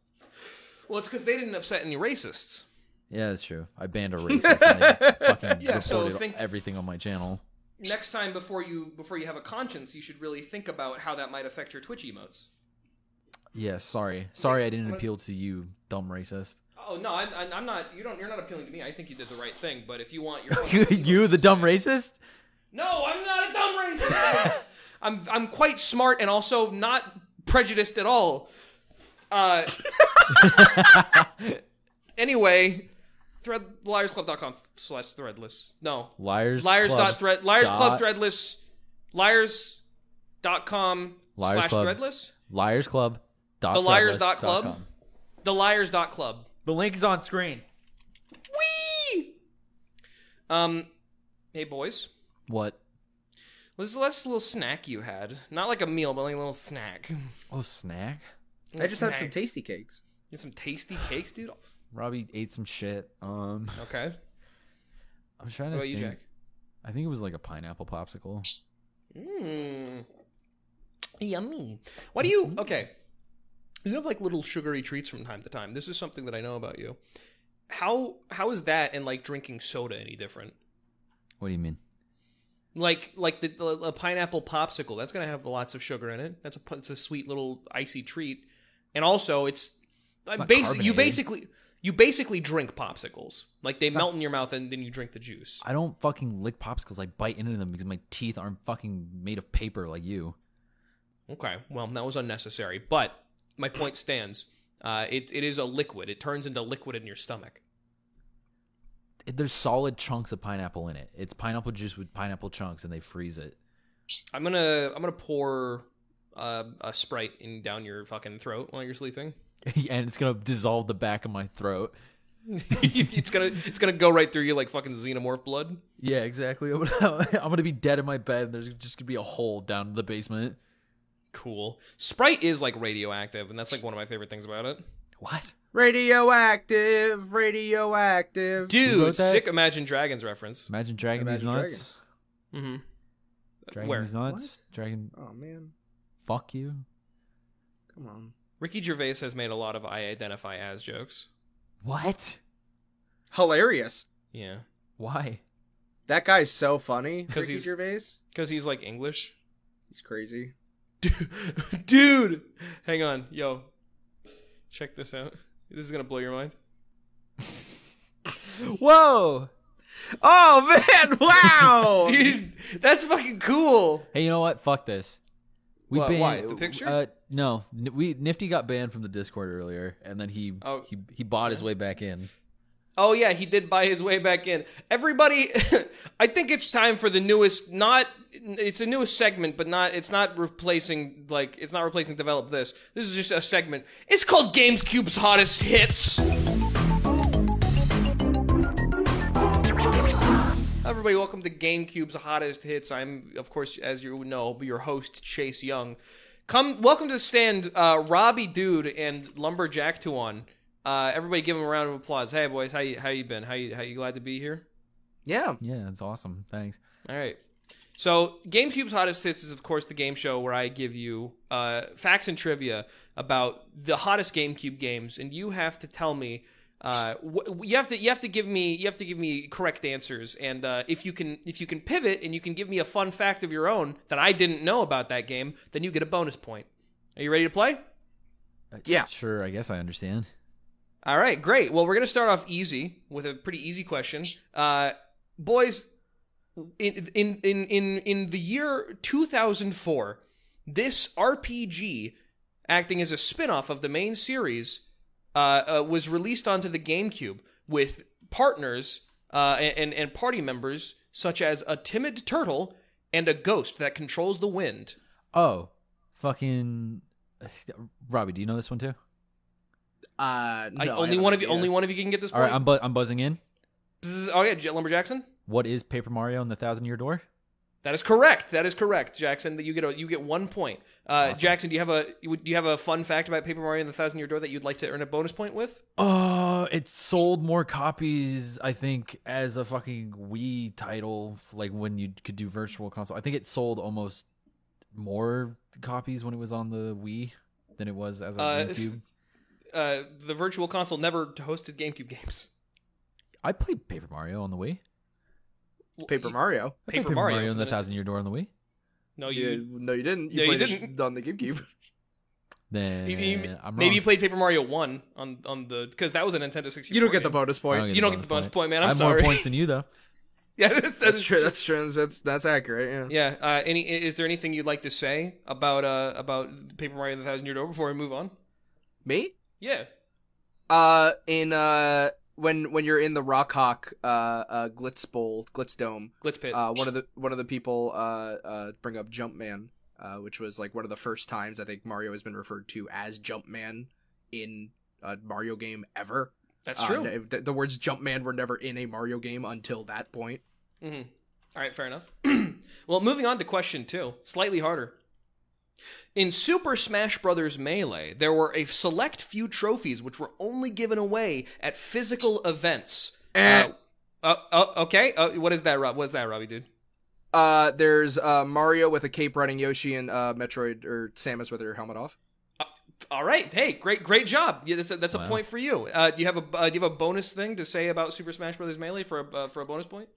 [SPEAKER 3] well, it's because they didn't upset any racists.
[SPEAKER 4] Yeah, that's true. I banned a racist. and I fucking
[SPEAKER 3] Yeah, so
[SPEAKER 4] reported
[SPEAKER 3] think-
[SPEAKER 4] everything on my channel.
[SPEAKER 3] Next time, before you before you have a conscience, you should really think about how that might affect your Twitch emotes.
[SPEAKER 4] Yeah, sorry, sorry, I didn't appeal to you, dumb racist.
[SPEAKER 3] Oh no, I'm, I'm- I'm not. You don't. You're not appealing to me. I think you did the right thing. But if you want your
[SPEAKER 4] you, the dumb racist.
[SPEAKER 3] no, I'm not a dumb racist. I'm I'm quite smart and also not prejudiced at all. Uh. anyway, thread liarsclub.com slash threadless. No,
[SPEAKER 4] Liars.
[SPEAKER 3] liars
[SPEAKER 4] Club
[SPEAKER 3] dot thread liars club
[SPEAKER 4] dot-
[SPEAKER 3] threadless liars dot com
[SPEAKER 4] Liars
[SPEAKER 3] slash
[SPEAKER 4] Club.
[SPEAKER 3] threadless
[SPEAKER 4] Liars Club. Dot
[SPEAKER 3] The liars
[SPEAKER 4] threadless
[SPEAKER 3] dot club.
[SPEAKER 4] com.
[SPEAKER 3] the liars dot club.
[SPEAKER 4] The link is on screen.
[SPEAKER 3] Um, hey boys.
[SPEAKER 4] What?
[SPEAKER 3] What's the last little snack you had? Not like a meal, but like a little snack.
[SPEAKER 4] Oh, snack.
[SPEAKER 5] I just had some
[SPEAKER 3] Snack.
[SPEAKER 5] tasty cakes.
[SPEAKER 3] You had some tasty cakes, dude.
[SPEAKER 4] Robbie ate some shit. Um,
[SPEAKER 3] Okay.
[SPEAKER 4] I'm trying
[SPEAKER 3] What
[SPEAKER 4] to.
[SPEAKER 3] about you,
[SPEAKER 4] think.
[SPEAKER 3] Jack?
[SPEAKER 4] I think it was like a pineapple popsicle.
[SPEAKER 3] Mmm. Yummy. Why do you? Okay. You have like little sugary treats from time to time. This is something that I know about you. How how is that and like drinking soda any different?
[SPEAKER 4] What do you mean?
[SPEAKER 3] Like like the, the a pineapple popsicle. That's gonna have lots of sugar in it. That's a it's a sweet little icy treat, and also it's, uh,
[SPEAKER 4] not
[SPEAKER 3] basi- you
[SPEAKER 4] carbonated.
[SPEAKER 3] basically you basically drink popsicles. Like they melt in your mouth and then you drink the juice.
[SPEAKER 4] I don't fucking lick popsicles. I bite into them because my teeth aren't fucking made of paper like you.
[SPEAKER 3] Okay, well that was unnecessary, but my point stands. Uh, it it is a liquid. It turns into liquid in your stomach.
[SPEAKER 4] There's solid chunks of pineapple in it. It's pineapple juice with pineapple chunks, and they freeze it.
[SPEAKER 3] I'm gonna I'm gonna pour uh, a sprite in down your fucking throat while you're sleeping.
[SPEAKER 4] and it's gonna dissolve the back of my throat.
[SPEAKER 3] it's gonna it's gonna go right through you like fucking xenomorph blood.
[SPEAKER 4] Yeah, exactly. I'm gonna, I'm gonna be dead in my bed, and there's just gonna be a hole down in the basement.
[SPEAKER 3] Cool. Sprite is like radioactive, and that's like one of my favorite things about it.
[SPEAKER 4] What?
[SPEAKER 5] Radioactive, radioactive.
[SPEAKER 4] Who
[SPEAKER 3] Dude,
[SPEAKER 4] wrote that?
[SPEAKER 3] sick Imagine Dragons reference.
[SPEAKER 4] Imagine dragging
[SPEAKER 5] Imagine
[SPEAKER 4] these nuts.
[SPEAKER 5] Dragons.
[SPEAKER 3] Mm-hmm.
[SPEAKER 4] Dragging
[SPEAKER 3] Where?
[SPEAKER 4] these nuts. Dragging.
[SPEAKER 5] Oh man,
[SPEAKER 4] Fuck you.
[SPEAKER 5] come on.
[SPEAKER 3] Ricky Gervais has made a lot of I identify as jokes.
[SPEAKER 4] What?
[SPEAKER 5] Hilarious.
[SPEAKER 3] Yeah,
[SPEAKER 4] Why?
[SPEAKER 5] That guy's so funny.
[SPEAKER 3] 'Cause
[SPEAKER 5] Ricky
[SPEAKER 3] he's-
[SPEAKER 5] Gervais.
[SPEAKER 3] because he's like English.
[SPEAKER 5] He's crazy.
[SPEAKER 3] Dude, dude, hang on, yo, check this out. This is gonna blow your mind.
[SPEAKER 4] Whoa.
[SPEAKER 5] Oh man! Wow.
[SPEAKER 3] Dude, that's fucking cool.
[SPEAKER 4] Hey, you know what? Fuck this. We
[SPEAKER 3] What,
[SPEAKER 4] banned
[SPEAKER 3] why? The picture?
[SPEAKER 4] Uh, no, N- we Nifty got banned from the Discord earlier, and then he
[SPEAKER 3] Oh.
[SPEAKER 4] he he bought his way back in.
[SPEAKER 3] Oh yeah, he did buy his way back in. Everybody, I think it's time for the newest. Not it's a newest segment, but not it's not replacing like it's not replacing develop this. This is just a segment. It's called GameCube's hottest hits. Everybody, welcome to GameCube's hottest hits. I'm, of course, as you know, your host Chase Young. Come, welcome to the stand, uh, Robbie Dude and Lumberjack Tuan. Uh, everybody, give him a round of applause. Hey, boys, how you how you been? How you how you glad to be here?
[SPEAKER 5] yeah.
[SPEAKER 4] Yeah, that's awesome. Thanks.
[SPEAKER 3] All right. So, GameCube's hottest hits is, of course, the game show where I give you uh, facts and trivia about the hottest GameCube games, and you have to tell me. Uh, wh- you have to you have to give me you have to give me correct answers, and uh, if you can if you can pivot and you can give me a fun fact of your own that I didn't know about that game, then you get a bonus point. Are you ready to play?
[SPEAKER 4] Uh,
[SPEAKER 5] Yeah.
[SPEAKER 4] sure. I guess I understand.
[SPEAKER 3] All right, great. Well, we're gonna start off easy with a pretty easy question, uh, boys. In in in in in the year 2004, this RPG, acting as a spin-off of the main series, uh, uh, was released onto the GameCube with partners uh, and and party members such as a timid turtle and a ghost that controls the wind.
[SPEAKER 4] Oh, fucking Robbie, do you know this one too?
[SPEAKER 5] Uh, no,
[SPEAKER 3] I,
[SPEAKER 5] I
[SPEAKER 3] only
[SPEAKER 5] have
[SPEAKER 3] one
[SPEAKER 5] an
[SPEAKER 3] of you,
[SPEAKER 5] idea.
[SPEAKER 3] only one of you can get this
[SPEAKER 4] All
[SPEAKER 3] point.
[SPEAKER 4] right, I'm bu- I'm buzzing in.
[SPEAKER 3] Bzzz. oh yeah, Jet Lumber Jackson.
[SPEAKER 4] What is Paper Mario and the Thousand Year Door?
[SPEAKER 3] That is correct. That is correct, Jackson. That you get a, you get one point. Uh, Jackson, do you have a you- do you have a fun fact about Paper Mario and the Thousand Year Door that you'd like to earn a bonus point with?
[SPEAKER 4] Uh, it sold more copies, I think, as a fucking Wii title. Like when you could do Virtual Console, I think it sold almost more copies when it was on the Wii than it was as a
[SPEAKER 3] Uh,
[SPEAKER 4] GameCube.
[SPEAKER 3] Uh, the Virtual Console never hosted GameCube games.
[SPEAKER 4] I played Paper Mario on the Wii.
[SPEAKER 3] Well,
[SPEAKER 5] Paper
[SPEAKER 3] you-
[SPEAKER 5] Mario.
[SPEAKER 4] I played
[SPEAKER 3] Paper Mario
[SPEAKER 4] and
[SPEAKER 3] for
[SPEAKER 4] the
[SPEAKER 3] the-
[SPEAKER 4] Thousand Year Door on the Wii.
[SPEAKER 3] No,
[SPEAKER 5] you,
[SPEAKER 3] you.
[SPEAKER 5] no, you didn't. You
[SPEAKER 3] Yeah, you
[SPEAKER 5] played it
[SPEAKER 3] didn't.
[SPEAKER 5] on the GameCube.
[SPEAKER 4] Then
[SPEAKER 3] you- you-
[SPEAKER 4] I'm wrong.
[SPEAKER 3] maybe you played Paper Mario One on on the because that was a Nintendo 64.
[SPEAKER 5] You don't get the
[SPEAKER 3] game.
[SPEAKER 5] bonus
[SPEAKER 4] I
[SPEAKER 5] point.
[SPEAKER 3] You don't get the bonus point, man. I'm
[SPEAKER 4] I have
[SPEAKER 3] sorry.
[SPEAKER 4] more points than you though.
[SPEAKER 3] yeah, that's,
[SPEAKER 5] That's true. That's true. That's that's accurate. Yeah.
[SPEAKER 3] Yeah. Uh, any is there anything you'd like to say about uh about Paper Mario and the Thousand Year Door before we move on?
[SPEAKER 5] Me?
[SPEAKER 3] Yeah.
[SPEAKER 5] Uh, in uh, when when you're in the Rock Hawk uh, uh Glitz Bowl, Glitz Dome,
[SPEAKER 3] Glitz Pit.
[SPEAKER 5] uh, one of the one of the people uh uh bring up Jumpman, uh, which was like one of the first times I think Mario has been referred to as Jumpman in a Mario game ever.
[SPEAKER 3] that's
[SPEAKER 5] Uh,
[SPEAKER 3] true.
[SPEAKER 5] the, the words Jumpman were never in a Mario game until that point.
[SPEAKER 3] hmm All right, fair enough. well, moving on to question two, slightly harder. In Super Smash Bros. Melee, there were a select few trophies which were only given away at physical events.
[SPEAKER 5] Eh.
[SPEAKER 3] Uh, uh, uh, okay, uh, what is that, Rob? What is that, Robbie, dude?
[SPEAKER 5] Uh, there's uh Mario with a cape riding Yoshi and uh Metroid or Samus with her helmet off.
[SPEAKER 3] All right, hey, great, great job. Yeah, that's a, that's a
[SPEAKER 4] Wow.
[SPEAKER 3] point for you. Uh, do you have a uh, do you have a bonus thing to say about Super Smash Bros. Melee for a uh, for a bonus point?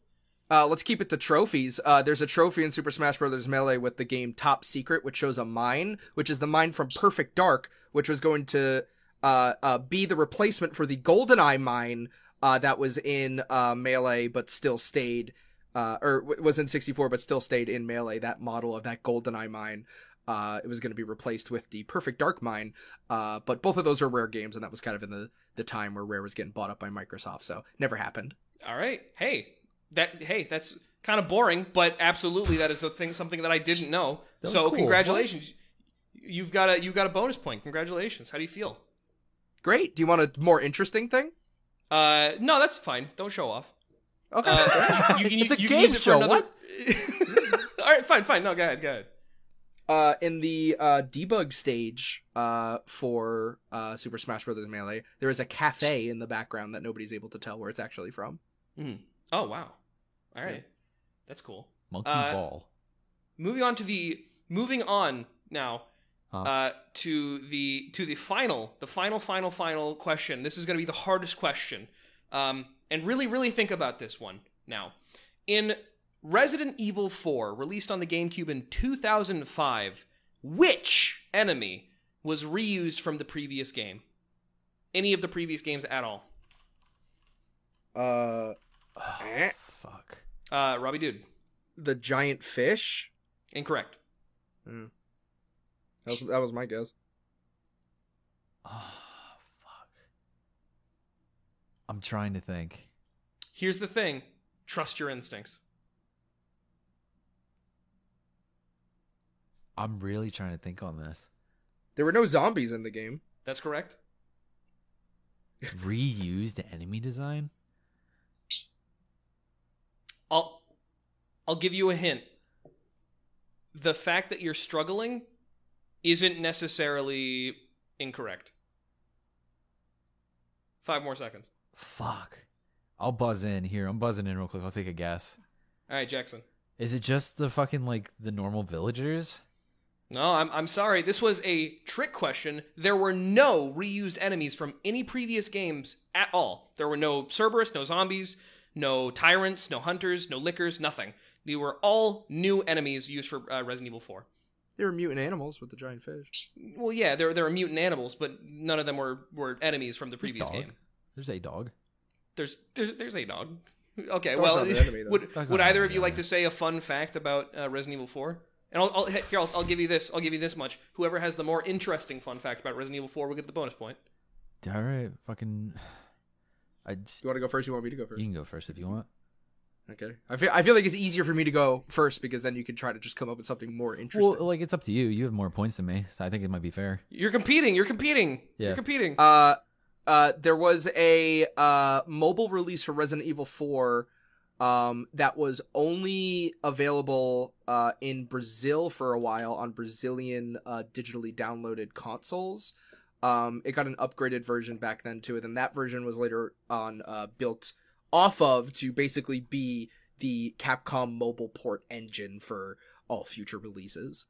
[SPEAKER 5] Uh, let's keep it to trophies. Uh, there's a trophy in Super Smash Bros. Melee with the game Top Secret, which shows a mine, which is the mine from Perfect Dark, which was going to uh, uh, be the replacement for the GoldenEye mine uh, that was in uh, Melee but still stayed, uh, or w- was in 64 but still stayed in Melee. That model of that GoldenEye mine. Uh, it was going to be replaced with the Perfect Dark mine, uh, but both of those are rare games, and that was kind of in the, the time where Rare was getting bought up by Microsoft, so never happened.
[SPEAKER 3] All right. Hey, that hey, that's kind of boring, but absolutely that is a thing something that I didn't know.
[SPEAKER 4] That was
[SPEAKER 3] So
[SPEAKER 4] cool.
[SPEAKER 3] congratulations. You've got a you got a bonus point. Congratulations. How do you feel?
[SPEAKER 5] Great. Do you want a more interesting thing?
[SPEAKER 3] Uh no, that's fine. Don't show off.
[SPEAKER 5] Okay.
[SPEAKER 3] Uh, you, you, you,
[SPEAKER 4] It's a
[SPEAKER 3] you
[SPEAKER 4] game
[SPEAKER 3] can use it for
[SPEAKER 4] show,
[SPEAKER 3] another...
[SPEAKER 4] what?
[SPEAKER 3] All right, fine, fine. No, go ahead, go ahead.
[SPEAKER 5] uh, in the uh, debug stage uh, for uh, Super Smash Bros. Melee, there is a cafe in the background that nobody's able to tell where it's actually from.
[SPEAKER 3] Mhm. Oh wow. All right. That's cool.
[SPEAKER 4] Monkey
[SPEAKER 3] Uh,
[SPEAKER 4] Ball.
[SPEAKER 3] Moving on to the moving on now
[SPEAKER 4] Huh.
[SPEAKER 3] uh, to the to the final the final final final question. This is going to be the hardest question, um, and really really think about this one now. In Resident Evil 4, released on the GameCube in 2005, which enemy was reused from the previous game? Any of the previous games at all?
[SPEAKER 5] Uh,
[SPEAKER 4] Ugh, fuck.
[SPEAKER 3] Uh, Robbie, dude,
[SPEAKER 5] the giant fish.
[SPEAKER 3] incorrect.
[SPEAKER 5] That was, that was my guess.
[SPEAKER 4] Ah, fuck. I'm trying to think.
[SPEAKER 3] Here's the thing: trust your instincts.
[SPEAKER 4] I'm really trying to think on this.
[SPEAKER 5] There were no zombies in the game.
[SPEAKER 3] That's correct.
[SPEAKER 4] Reused enemy design?
[SPEAKER 3] I'll I'll give you a hint. The fact that you're struggling isn't necessarily incorrect. Five more seconds.
[SPEAKER 4] Fuck. I'll buzz in here. I'm buzzing in real quick. I'll take a guess.
[SPEAKER 3] All right, Jackson.
[SPEAKER 4] Is it just the fucking like the normal villagers?
[SPEAKER 3] No, I'm I'm sorry. This was a trick question. There were no reused enemies from any previous games at all. There were no Cerberus, no zombies, no tyrants, no hunters, no lickers, nothing. They were all new enemies used for uh, Resident Evil 4.
[SPEAKER 5] They were mutant animals with the giant fish.
[SPEAKER 3] Well, yeah, there there are mutant animals, but none of them were, were enemies from the previous
[SPEAKER 4] dog.
[SPEAKER 3] game.
[SPEAKER 4] There's a dog.
[SPEAKER 3] There's there's there's a dog. Okay,
[SPEAKER 5] Dog's
[SPEAKER 3] well,
[SPEAKER 5] not an enemy, though.
[SPEAKER 3] would
[SPEAKER 4] Dog's
[SPEAKER 3] would
[SPEAKER 4] not an
[SPEAKER 3] either of
[SPEAKER 4] enemy,
[SPEAKER 3] you like
[SPEAKER 4] yeah.
[SPEAKER 3] to say a fun fact about uh, Resident Evil Four? And I'll, I'll here I'll, I'll give you this. I'll give you this much. Whoever has the more interesting fun fact about Resident Evil Four will get the bonus point.
[SPEAKER 4] All right, fucking. I.
[SPEAKER 5] You want to go first? You want me to go
[SPEAKER 4] You
[SPEAKER 5] first?
[SPEAKER 4] can go first if you want.
[SPEAKER 5] Okay. I feel I feel like it's easier for me to go first because then you can try to just come up with something more interesting.
[SPEAKER 4] Well, like it's up to you. You have more points than me, so I think it might be fair.
[SPEAKER 3] You're competing. You're competing.
[SPEAKER 4] Yeah.
[SPEAKER 3] You're competing.
[SPEAKER 5] Uh, Uh, there was a uh, mobile release for Resident Evil 4 um, that was only available uh, in Brazil for a while on Brazilian uh, digitally downloaded consoles. Um, it got an upgraded version back then to it, and that version was later on uh, built off of to basically be the Capcom mobile port engine for all future releases.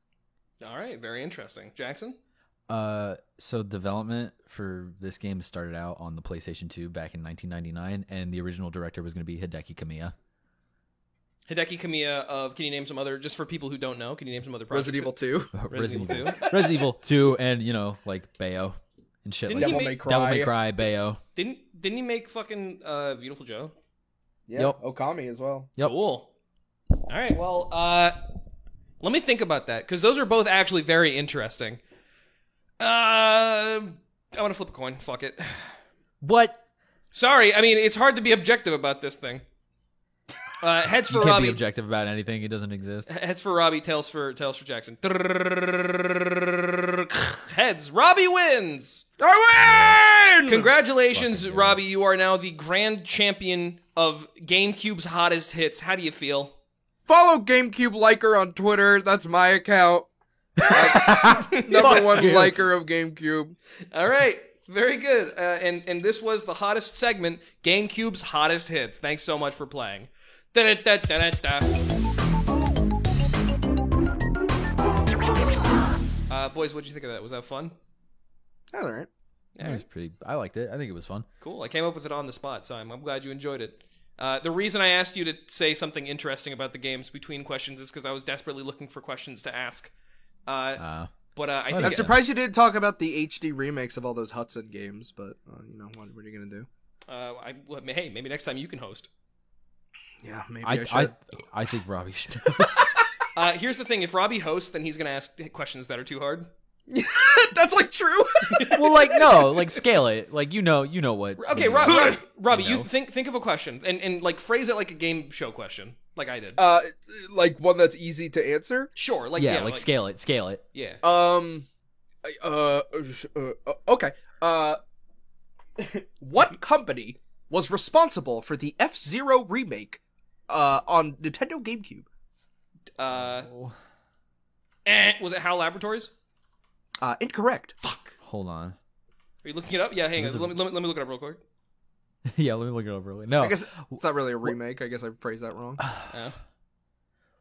[SPEAKER 3] All right, very interesting. Jackson?
[SPEAKER 4] Uh, so development for this game started out on the PlayStation 2 back in 1999, and the original director was going to be Hideki Kamiya.
[SPEAKER 3] Hideki Kamiya of can you name some other just for people who don't know, can you name some other projects?
[SPEAKER 5] Resident Evil 2.
[SPEAKER 3] Resident Evil 2.
[SPEAKER 4] Resident Evil 2, and you know, like Bayo and shit
[SPEAKER 3] Didn't
[SPEAKER 4] like
[SPEAKER 3] he
[SPEAKER 5] Devil
[SPEAKER 3] make-
[SPEAKER 4] that.
[SPEAKER 5] May
[SPEAKER 4] Devil May
[SPEAKER 5] Cry.
[SPEAKER 4] Cry, Bayo.
[SPEAKER 3] Didn't didn't he make fucking uh Beautiful Joe?
[SPEAKER 5] Yeah,
[SPEAKER 4] Yep.
[SPEAKER 5] Okami as well.
[SPEAKER 4] Yep.
[SPEAKER 3] Cool. All right. Well, uh let me think about that cuz those are both actually very interesting. Uh I want to flip a coin. Fuck it.
[SPEAKER 4] What?
[SPEAKER 3] Sorry. I mean, it's hard to be objective about this thing. Uh heads
[SPEAKER 4] You
[SPEAKER 3] for
[SPEAKER 4] can't be
[SPEAKER 3] Robbie.
[SPEAKER 4] objective about anything. It doesn't exist.
[SPEAKER 3] Heads for Robbie, tails for tails for Jackson. Heads. Robbie wins.
[SPEAKER 5] I win!
[SPEAKER 3] Congratulations,
[SPEAKER 4] Fucking hell.
[SPEAKER 3] Robbie. You are now the grand champion of GameCube's hottest hits. How do you feel?
[SPEAKER 5] Follow GameCube Liker on Twitter. That's my account. Number one liker of GameCube.
[SPEAKER 3] All right. Very good. Uh, and and this was the hottest segment, GameCube's hottest hits. Thanks so much for playing. Da-da-da-da-da-da. Uh, boys, what'd you think of that? Was that fun?
[SPEAKER 5] All right.
[SPEAKER 4] It was pretty. I liked it. I think it was fun.
[SPEAKER 3] Cool. I came up with it on the spot, so I'm, I'm glad you enjoyed it. Uh, the reason I asked you to say something interesting about the games between questions is because I was desperately looking for questions to ask. Uh,
[SPEAKER 4] Uh,
[SPEAKER 3] but uh, I
[SPEAKER 4] I'm
[SPEAKER 3] think
[SPEAKER 5] I'm surprised you didn't talk about the HD remakes of all those Hudson games, but uh, you know what? What are you gonna do?
[SPEAKER 3] uh, I, well, hey, maybe next time you can host.
[SPEAKER 5] Yeah, maybe I,
[SPEAKER 4] I,
[SPEAKER 5] should.
[SPEAKER 4] I, I think Robbie should.
[SPEAKER 3] Uh, here's the thing: if Robbie hosts, then he's going to ask questions that are too hard.
[SPEAKER 5] That's like true.
[SPEAKER 4] well, like no, like scale it. Like you know, you know what?
[SPEAKER 3] Okay,
[SPEAKER 4] what
[SPEAKER 3] Rob,
[SPEAKER 4] it is.
[SPEAKER 3] Rob, Robbie,
[SPEAKER 4] You
[SPEAKER 3] you,
[SPEAKER 4] know.
[SPEAKER 3] think think of a question and, and like phrase it like a game show question, like I did.
[SPEAKER 5] uh, like one that's easy to answer.
[SPEAKER 3] sure, like
[SPEAKER 4] yeah,
[SPEAKER 3] yeah,
[SPEAKER 4] like, scale it, scale it.
[SPEAKER 3] yeah.
[SPEAKER 5] Um, I- uh, uh, uh, okay. Uh, what company was responsible for the F Zero remake? Uh, on Nintendo GameCube.
[SPEAKER 3] Uh, eh, was it Hal Laboratories?
[SPEAKER 5] Uh, incorrect.
[SPEAKER 4] Hold on.
[SPEAKER 3] Are you looking it up? Yeah, hang on.
[SPEAKER 4] There's a-
[SPEAKER 3] Let me, let me let me look it up real quick.
[SPEAKER 4] yeah, let me look it over. really- No,
[SPEAKER 5] I guess it's not really a remake. I guess I phrased that wrong.
[SPEAKER 3] Uh,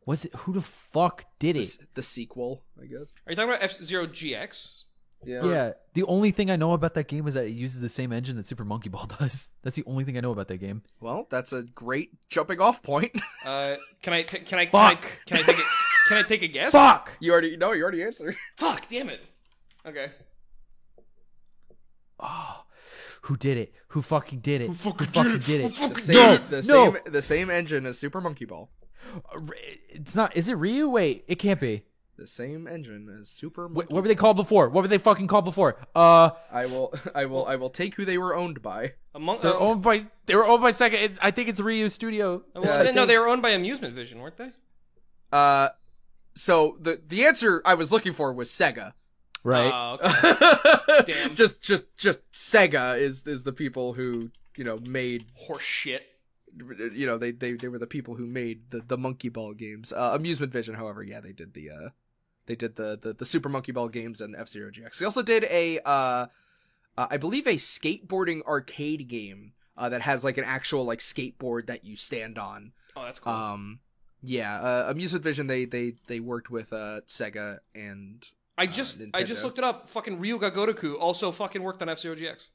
[SPEAKER 4] was it? Who the fuck did
[SPEAKER 5] The,
[SPEAKER 4] it?
[SPEAKER 5] s- the sequel, I guess.
[SPEAKER 3] Are you talking about F Zero GX?
[SPEAKER 5] Yeah.
[SPEAKER 4] Yeah, the only thing I know about that game is that it uses the same engine that Super Monkey Ball does. That's the only thing I know about that game.
[SPEAKER 5] Well, that's a great jumping off point.
[SPEAKER 3] Uh, can I can, can I can I-
[SPEAKER 4] Fuck.
[SPEAKER 3] can I take a, can I take a guess?
[SPEAKER 4] Fuck.
[SPEAKER 5] you already no, you already answered.
[SPEAKER 3] Fuck! Damn it. Okay.
[SPEAKER 4] Oh, who did it? Who fucking did it? Who
[SPEAKER 3] fucking did it?
[SPEAKER 4] did it?
[SPEAKER 5] The same,
[SPEAKER 4] no, no.
[SPEAKER 5] the same the same engine as Super Monkey Ball.
[SPEAKER 4] Uh, It's not. Is it Ryu? Wait, it can't be.
[SPEAKER 5] The same engine as Super Monkey.
[SPEAKER 4] Wait, what were they called before? What were they fucking called before? Uh,
[SPEAKER 5] I will I will I will take who they were owned by.
[SPEAKER 3] Among
[SPEAKER 4] they're
[SPEAKER 3] uh,
[SPEAKER 4] owned by. They were owned by Sega. It's, I think it's Ryu Studio.
[SPEAKER 3] oh, well,
[SPEAKER 5] I
[SPEAKER 3] they- no,
[SPEAKER 5] think-
[SPEAKER 3] they were owned by Amusement Vision, weren't they?
[SPEAKER 5] Uh so the the answer I was looking for was Sega.
[SPEAKER 4] Right.
[SPEAKER 3] Oh, okay. Damn.
[SPEAKER 5] Just just just Sega is is the people who, you know, made
[SPEAKER 3] Horse shit.
[SPEAKER 5] you know, they they, they were the people who made the, the Monkey Ball games. Uh, Amusement Vision, however, yeah, they did the uh they did the the, the Super Monkey Ball games and F Zero GX. They also did a uh, uh I believe a skateboarding arcade game uh that has like an actual like skateboard that you stand on.
[SPEAKER 3] Oh, that's cool.
[SPEAKER 5] Um yeah, uh, Amusement Vision they they they worked with uh Sega and
[SPEAKER 3] I just I just
[SPEAKER 5] Nintendo.
[SPEAKER 3] looked it up. Fucking Ryuga Gotoku also fucking worked on F Zero GX.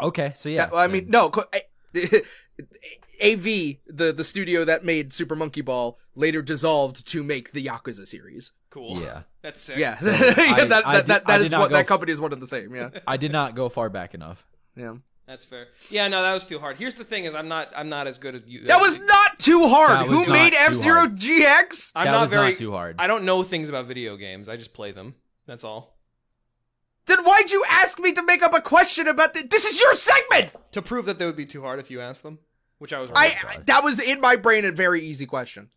[SPEAKER 4] okay. So yeah.
[SPEAKER 5] yeah, I mean
[SPEAKER 4] then-
[SPEAKER 5] no co- I, AV the the studio that made Super Monkey Ball later dissolved to make the Yakuza series.
[SPEAKER 3] Cool.
[SPEAKER 4] Yeah.
[SPEAKER 3] That's sick.
[SPEAKER 5] Yeah,
[SPEAKER 4] So
[SPEAKER 5] Yeah,
[SPEAKER 4] I-
[SPEAKER 5] that,
[SPEAKER 4] I
[SPEAKER 5] that,
[SPEAKER 4] did-
[SPEAKER 5] that,
[SPEAKER 4] I
[SPEAKER 5] that
[SPEAKER 4] did
[SPEAKER 5] is
[SPEAKER 4] not
[SPEAKER 5] what
[SPEAKER 4] go
[SPEAKER 5] that
[SPEAKER 4] f-
[SPEAKER 5] company is one and the same. Yeah,
[SPEAKER 4] I did not go far back enough.
[SPEAKER 5] yeah.
[SPEAKER 3] That's fair. Yeah, no, that was too hard. Here's the thing: is I'm not I'm not as good at you.
[SPEAKER 5] That was not too hard.
[SPEAKER 4] That was
[SPEAKER 5] Who
[SPEAKER 4] not
[SPEAKER 5] made
[SPEAKER 4] too
[SPEAKER 5] F Zero
[SPEAKER 4] hard.
[SPEAKER 5] GX?
[SPEAKER 3] I'm
[SPEAKER 4] that
[SPEAKER 3] not
[SPEAKER 4] was
[SPEAKER 3] very
[SPEAKER 4] not too hard.
[SPEAKER 3] I don't know things about video games. I just play them. That's all.
[SPEAKER 5] Then why'd you ask me to make up a question about this? This is your
[SPEAKER 4] Oh
[SPEAKER 5] segment.
[SPEAKER 3] To prove that they would be too hard if you asked them, which I was.
[SPEAKER 5] I,
[SPEAKER 3] Right.
[SPEAKER 5] I- that was in my brain a very easy question.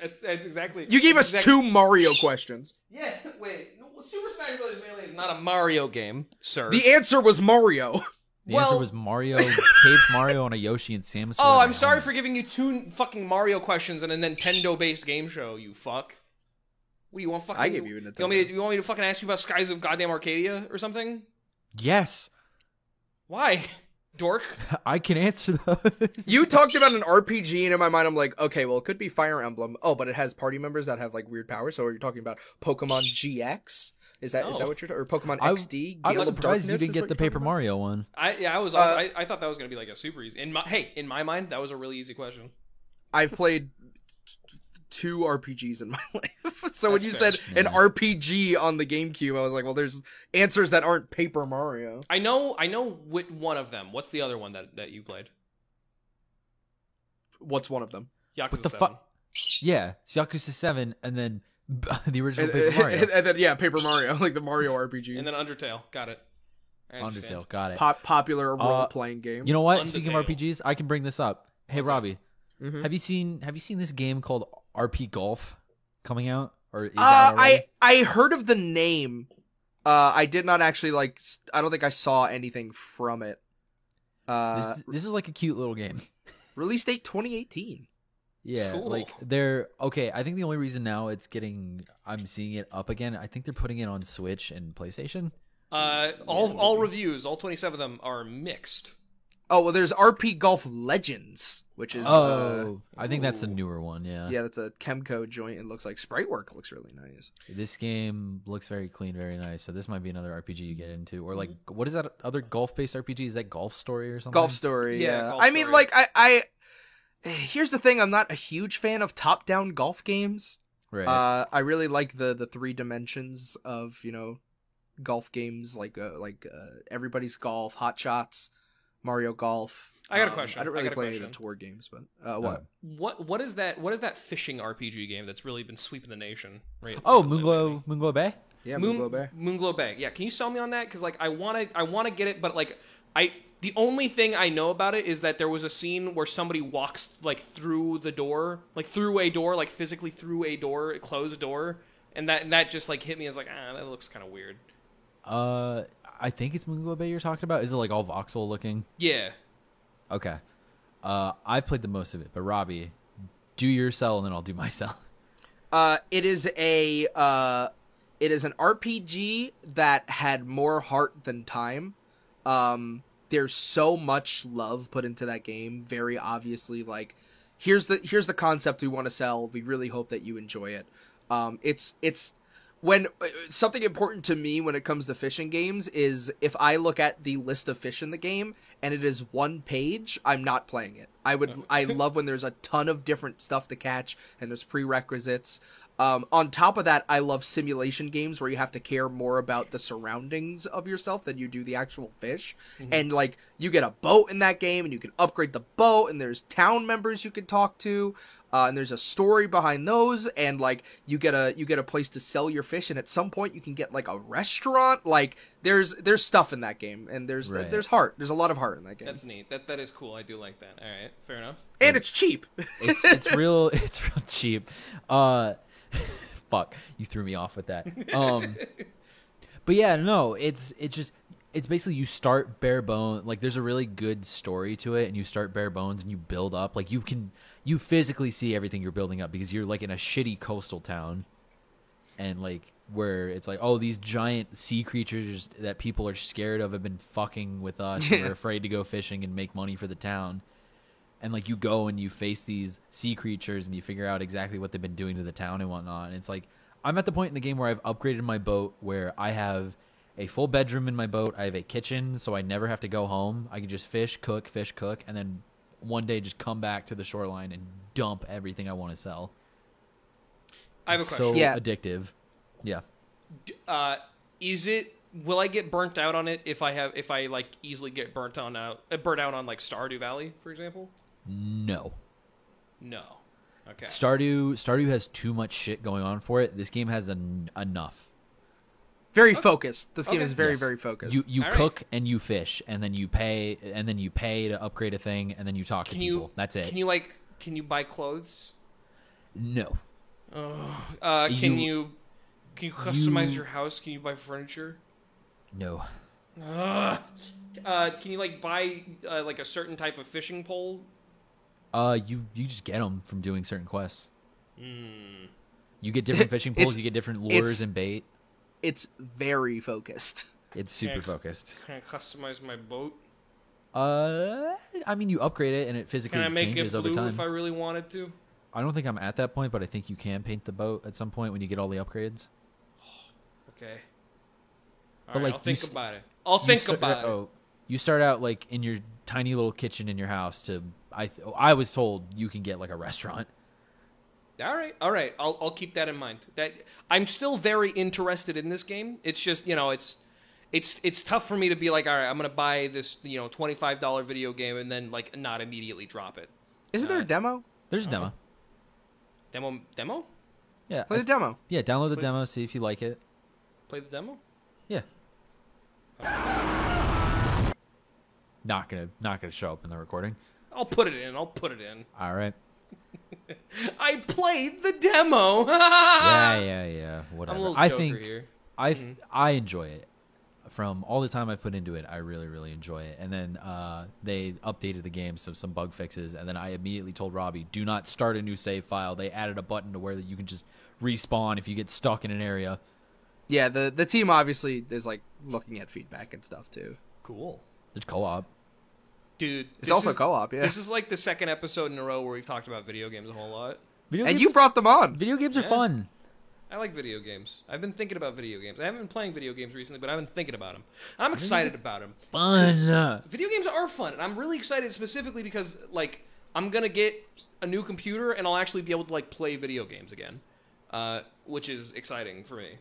[SPEAKER 3] that's, that's exactly.
[SPEAKER 5] You gave us
[SPEAKER 3] exact-
[SPEAKER 5] two Mario questions.
[SPEAKER 3] Yeah. Wait. no, Super Smash Bros. Melee is not a Mario game, sir.
[SPEAKER 5] The answer was Mario.
[SPEAKER 4] The
[SPEAKER 3] Well-
[SPEAKER 4] answer was Mario, Cave Mario on a Yoshi and Samus.
[SPEAKER 3] Oh,
[SPEAKER 4] were
[SPEAKER 3] I'm
[SPEAKER 4] around.
[SPEAKER 3] sorry for giving you two fucking Mario questions and a Nintendo-based game show. You fuck. What do you want? Fucking.
[SPEAKER 5] I gave you a Nintendo.
[SPEAKER 3] You want me? To, you want me to fucking ask you about Skies of Goddamn Arcadia or something?
[SPEAKER 4] Yes,
[SPEAKER 3] Why, dork?
[SPEAKER 4] I can answer those.
[SPEAKER 5] You talked about an RPG, and in my mind, I'm like, okay, well, it could be Fire Emblem. Oh, but it has party members that have like weird powers. So are you talking about Pokemon GX? Is that is
[SPEAKER 3] No.
[SPEAKER 5] that what you're talking? Or Pokemon
[SPEAKER 4] I-
[SPEAKER 5] XD?
[SPEAKER 4] I
[SPEAKER 5] Gale
[SPEAKER 4] was
[SPEAKER 5] of
[SPEAKER 4] surprised you
[SPEAKER 5] Darkness
[SPEAKER 4] didn't
[SPEAKER 5] is
[SPEAKER 4] get
[SPEAKER 5] what
[SPEAKER 4] the
[SPEAKER 5] you're talking
[SPEAKER 4] Paper
[SPEAKER 5] about?
[SPEAKER 4] Mario one.
[SPEAKER 3] I yeah, I was. Also,
[SPEAKER 5] Uh,
[SPEAKER 3] I, I thought that was gonna be like a super easy. In my hey, in my mind, that was a really easy question.
[SPEAKER 5] I've played t- two RPGs in my life. So when
[SPEAKER 3] That's
[SPEAKER 5] you
[SPEAKER 3] fair.
[SPEAKER 5] said an
[SPEAKER 4] Yeah.
[SPEAKER 5] RPG on the GameCube, I was like, well, there's answers that aren't Paper Mario.
[SPEAKER 3] I know. I know what one of them. What's the other one that that you played?
[SPEAKER 5] What's one of them?
[SPEAKER 3] Yakuza
[SPEAKER 4] What the
[SPEAKER 3] 7.
[SPEAKER 4] fuck? Yeah, it's Yakuza Seven, and then the original
[SPEAKER 5] And,
[SPEAKER 4] Paper Mario,
[SPEAKER 5] and then yeah, Paper Mario, like the Mario RPGs.
[SPEAKER 3] And then Undertale. Got it. I understand.
[SPEAKER 4] Undertale. Got it.
[SPEAKER 5] Pop- popular
[SPEAKER 4] Uh,
[SPEAKER 5] role playing game.
[SPEAKER 4] You know what? Speaking
[SPEAKER 3] Undertale.
[SPEAKER 4] of RPGs, I can bring this up. Hey,
[SPEAKER 3] What's up?
[SPEAKER 4] Robbie,
[SPEAKER 5] Mhm.
[SPEAKER 4] have you seen have you seen this game called RP Golf coming out? Or is
[SPEAKER 5] Uh,
[SPEAKER 4] that
[SPEAKER 5] I
[SPEAKER 4] already?
[SPEAKER 5] I heard of the name. Uh, I did not actually like. s- I don't think I saw anything from it. Uh,
[SPEAKER 4] this, this is like a cute little game.
[SPEAKER 5] release date 2018.
[SPEAKER 4] Yeah,
[SPEAKER 3] Cool.
[SPEAKER 4] like they're okay. I think the only reason now it's getting I'm seeing it up again. I think they're putting it on Switch and PlayStation.
[SPEAKER 3] Uh, all all reviews, all twenty seven of them are mixed.
[SPEAKER 5] Oh well, there's RP Golf Legends, which is uh,
[SPEAKER 4] Oh, I think that's a
[SPEAKER 3] ooh.
[SPEAKER 4] newer one. Yeah.
[SPEAKER 5] yeah, that's a Chemco joint. It looks like sprite work looks really nice.
[SPEAKER 4] This game looks very clean, very nice. So this might be another RPG you get into, or like what is that other golf-based RPG? Is that Golf Story or something?
[SPEAKER 5] Mm-hmm. Golf Story.
[SPEAKER 3] Yeah,
[SPEAKER 5] Yeah,
[SPEAKER 3] Golf
[SPEAKER 5] I mean,
[SPEAKER 3] Story.
[SPEAKER 5] like I I. eh, Here's the thing: I'm not a huge fan of top-down golf games.
[SPEAKER 4] Right.
[SPEAKER 5] Uh, I really like the the three dimensions of you know golf games like uh, like uh, everybody's golf, hot shots, Mario Golf.
[SPEAKER 3] I got a
[SPEAKER 5] Um,
[SPEAKER 3] question.
[SPEAKER 5] I don't
[SPEAKER 3] I
[SPEAKER 5] really
[SPEAKER 3] got a
[SPEAKER 5] play any of the
[SPEAKER 3] question. Oh.
[SPEAKER 5] tour games, but uh, what?
[SPEAKER 3] What what is that? What is that fishing RPG game that's really been sweeping the nation? Right.
[SPEAKER 4] oh,
[SPEAKER 3] lately?
[SPEAKER 4] Moonglow, Moonglow Bay.
[SPEAKER 5] yeah,
[SPEAKER 3] Moon,
[SPEAKER 5] Moonglow Bay.
[SPEAKER 3] Moonglow Bay. Yeah, can you sell me on that? Because like I want to, I want to get it, but like I, the only thing I know about it is that there was a scene where somebody walks like through the door, like through a door, like physically through a door, a closed door, and that and that just like hit me as like ah, that looks kind of weird.
[SPEAKER 4] Uh, I think it's Moonglow Bay you're talking about. Is it like all voxel looking?
[SPEAKER 3] Yeah.
[SPEAKER 4] Okay. Uh, I've played the most of it, but Robbie, do your cell and then I'll do my cell.
[SPEAKER 5] Uh, it is a uh, it is an RPG that had more heart than time. Um, there's so much love put into that game. Very obviously, like here's the here's the concept we want to sell. We really hope that you enjoy it. Um, it's it's when uh, something important to me when it comes to fishing games is if I look at the list of fish in the game and it is one page, I'm not playing it. I would I love when there's a ton of different stuff to catch and there's prerequisites. Um, on top of that, I love simulation games where you have to care more about the surroundings of yourself than you do the actual fish. And like you get a boat in that game, and you can upgrade the boat, and there's town members you can talk to, uh, and there's a story behind those, and like you get a you get a place to sell your fish, and at some point you can get like a restaurant. Like there's there's stuff in that game, and there's
[SPEAKER 4] Right.
[SPEAKER 5] there's heart. There's a lot of heart in that game,
[SPEAKER 3] That's neat. That that is cool. I do like that. All right, fair enough.
[SPEAKER 5] and it's cheap.
[SPEAKER 4] It's it's real it's real cheap. Uh, fuck, you threw me off with that. Um, but yeah, no, it's it's just it's basically you start bare bones. Like there's a really good story to it, and you start bare bones and you build up. Like you can you physically see everything you're building up because you're like in a shitty coastal town, and like where it's like oh these giant sea creatures that people are scared of have been fucking with us. and We're afraid to go fishing and make money for the town and like you go and you face these sea creatures and you figure out exactly what they've been doing to the town and whatnot. And it's like I'm at the point in the game where I've upgraded my boat where I have a full bedroom in my boat. I have a kitchen, so I never have to go home. I can just fish, cook, fish, cook, and then one day just come back to the shoreline and dump everything I want to sell.
[SPEAKER 3] I have a
[SPEAKER 4] It's
[SPEAKER 3] question.
[SPEAKER 4] so
[SPEAKER 5] Yeah.
[SPEAKER 4] addictive. Yeah.
[SPEAKER 3] uh, is it will I get burnt out on it if I have if I like easily get burnt on out uh, burnt out on like Stardew Valley for example?
[SPEAKER 4] No.
[SPEAKER 3] No. Okay.
[SPEAKER 4] Stardew Stardew has too much shit going on for it. This game has en- enough.
[SPEAKER 5] Very focused. This game
[SPEAKER 3] Okay.
[SPEAKER 5] is very
[SPEAKER 4] Yes.
[SPEAKER 5] very focused.
[SPEAKER 4] You you
[SPEAKER 3] All right.
[SPEAKER 4] cook and you fish and then you pay and then you pay to upgrade a thing and then you talk
[SPEAKER 3] can
[SPEAKER 4] to people.
[SPEAKER 3] you
[SPEAKER 4] That's it.
[SPEAKER 3] Can you like can you buy clothes?
[SPEAKER 4] no.
[SPEAKER 3] Uh, can you,
[SPEAKER 4] You-
[SPEAKER 3] can you customize
[SPEAKER 4] you-
[SPEAKER 3] your house? Can you buy furniture?
[SPEAKER 4] No.
[SPEAKER 3] Ugh. uh, can you like buy uh, like a certain type of fishing pole?
[SPEAKER 4] Uh, you you just get them from doing certain quests.
[SPEAKER 3] Hmm.
[SPEAKER 4] You get different fishing poles.
[SPEAKER 5] It's-
[SPEAKER 4] you get different
[SPEAKER 5] it's-
[SPEAKER 4] lures and bait.
[SPEAKER 5] It's very focused.
[SPEAKER 4] It's super
[SPEAKER 3] Yeah.
[SPEAKER 4] focused.
[SPEAKER 3] Can I customize my boat?
[SPEAKER 4] Uh, I mean, you upgrade it and it physically
[SPEAKER 3] Can I make it
[SPEAKER 4] changes over
[SPEAKER 3] blue
[SPEAKER 4] time.
[SPEAKER 3] if I really wanted to?
[SPEAKER 4] I don't think I'm at that point, but I think you can paint the boat at some point when you get all the upgrades.
[SPEAKER 3] Okay. All
[SPEAKER 4] But, like,
[SPEAKER 3] I'll
[SPEAKER 4] you
[SPEAKER 3] think
[SPEAKER 4] s-
[SPEAKER 3] about it. I'll
[SPEAKER 4] You
[SPEAKER 3] think
[SPEAKER 4] start-
[SPEAKER 3] about it.
[SPEAKER 4] oh, You start out like in your tiny little kitchen in your house. To I, th- I was told you can get like a restaurant.
[SPEAKER 3] All right, all right. I'll I'll keep that in mind. That I'm still very interested in this game. It's just you know it's it's it's tough for me to be like all right I'm gonna buy this you know twenty five dollar video game and then like not immediately drop it.
[SPEAKER 5] Isn't there a
[SPEAKER 3] Alright.
[SPEAKER 5] demo?
[SPEAKER 4] There's a demo.
[SPEAKER 3] Demo demo
[SPEAKER 4] Yeah,
[SPEAKER 5] Play
[SPEAKER 4] I-
[SPEAKER 5] the demo.
[SPEAKER 4] yeah. Download the demo, see if you like it.
[SPEAKER 3] play the demo.
[SPEAKER 4] Yeah. Not gonna, not gonna show up in the recording.
[SPEAKER 3] I'll put it in. I'll put it in.
[SPEAKER 4] All right.
[SPEAKER 3] I played the demo.
[SPEAKER 4] Yeah, yeah, yeah.
[SPEAKER 3] Ah!
[SPEAKER 4] Whatever.
[SPEAKER 3] little
[SPEAKER 4] I
[SPEAKER 3] joker
[SPEAKER 4] think
[SPEAKER 3] here.
[SPEAKER 4] I th- I enjoy it. From all the time I've put into it, I really, really enjoy it. And then uh, they updated the game, so some bug fixes. And then I immediately told Robbie, "Do not start a new save file." They added a button to where that you can just respawn if you get stuck in an area.
[SPEAKER 5] Yeah, the the team obviously is like looking at feedback and stuff too.
[SPEAKER 3] Cool,
[SPEAKER 4] It's co-op.
[SPEAKER 3] dude.
[SPEAKER 5] It's
[SPEAKER 3] this
[SPEAKER 5] also
[SPEAKER 3] is-
[SPEAKER 5] co-op, yeah.
[SPEAKER 3] This is like the second episode in a row where we've talked about video games a whole lot.
[SPEAKER 4] Video
[SPEAKER 5] and
[SPEAKER 4] games,
[SPEAKER 5] you brought them on.
[SPEAKER 4] video games are fun.
[SPEAKER 3] I like video games. I've been thinking about video games. I haven't been playing video games recently, but I've been thinking about them. I'm excited about them.
[SPEAKER 4] Fun.
[SPEAKER 3] Video games are fun, and I'm really excited specifically because like I'm gonna get a new computer and I'll actually be able to like play video games again, uh, which is exciting for me.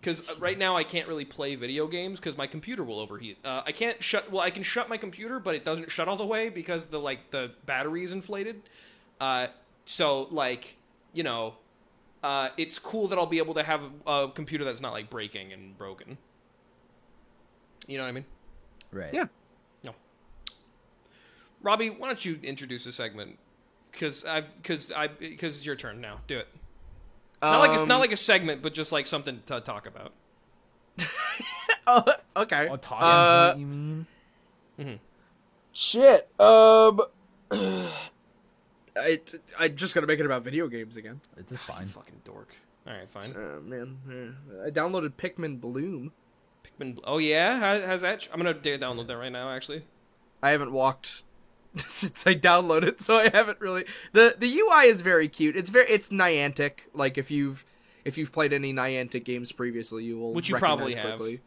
[SPEAKER 3] Because right now I can't really play video games because my computer will overheat. Uh, I can't shut. Well, I can shut my computer, but it doesn't shut all the way because the like the battery is inflated. Uh, so like you know, uh, it's cool that I'll be able to have a, a computer that's not like breaking and broken. You know what I mean?
[SPEAKER 4] Right.
[SPEAKER 5] Yeah.
[SPEAKER 3] Robbie, why don't you introduce a segment? Because I've because I because it's your turn now. Do it. Not like
[SPEAKER 5] Um,
[SPEAKER 3] it's not like a segment, but just like something to talk about.
[SPEAKER 5] okay.
[SPEAKER 4] Oh, talking
[SPEAKER 5] Um, Uh,
[SPEAKER 4] point, you mean?
[SPEAKER 5] Shit. Um.
[SPEAKER 1] I, I just gotta make it about video games again.
[SPEAKER 4] It's fine.
[SPEAKER 3] Fucking dork. All right, fine.
[SPEAKER 1] Oh man, yeah. I downloaded Pikmin Bloom.
[SPEAKER 3] Pikmin. Oh yeah, How, how's that? ch- I'm gonna da- download that right now. Actually,
[SPEAKER 5] I haven't walked since I downloaded, so I haven't really. the The UI is very cute. It's very it's Niantic. Like if you've if you've played any Niantic games previously, you will
[SPEAKER 3] Which you probably
[SPEAKER 5] recognize
[SPEAKER 3] have.
[SPEAKER 5] quickly,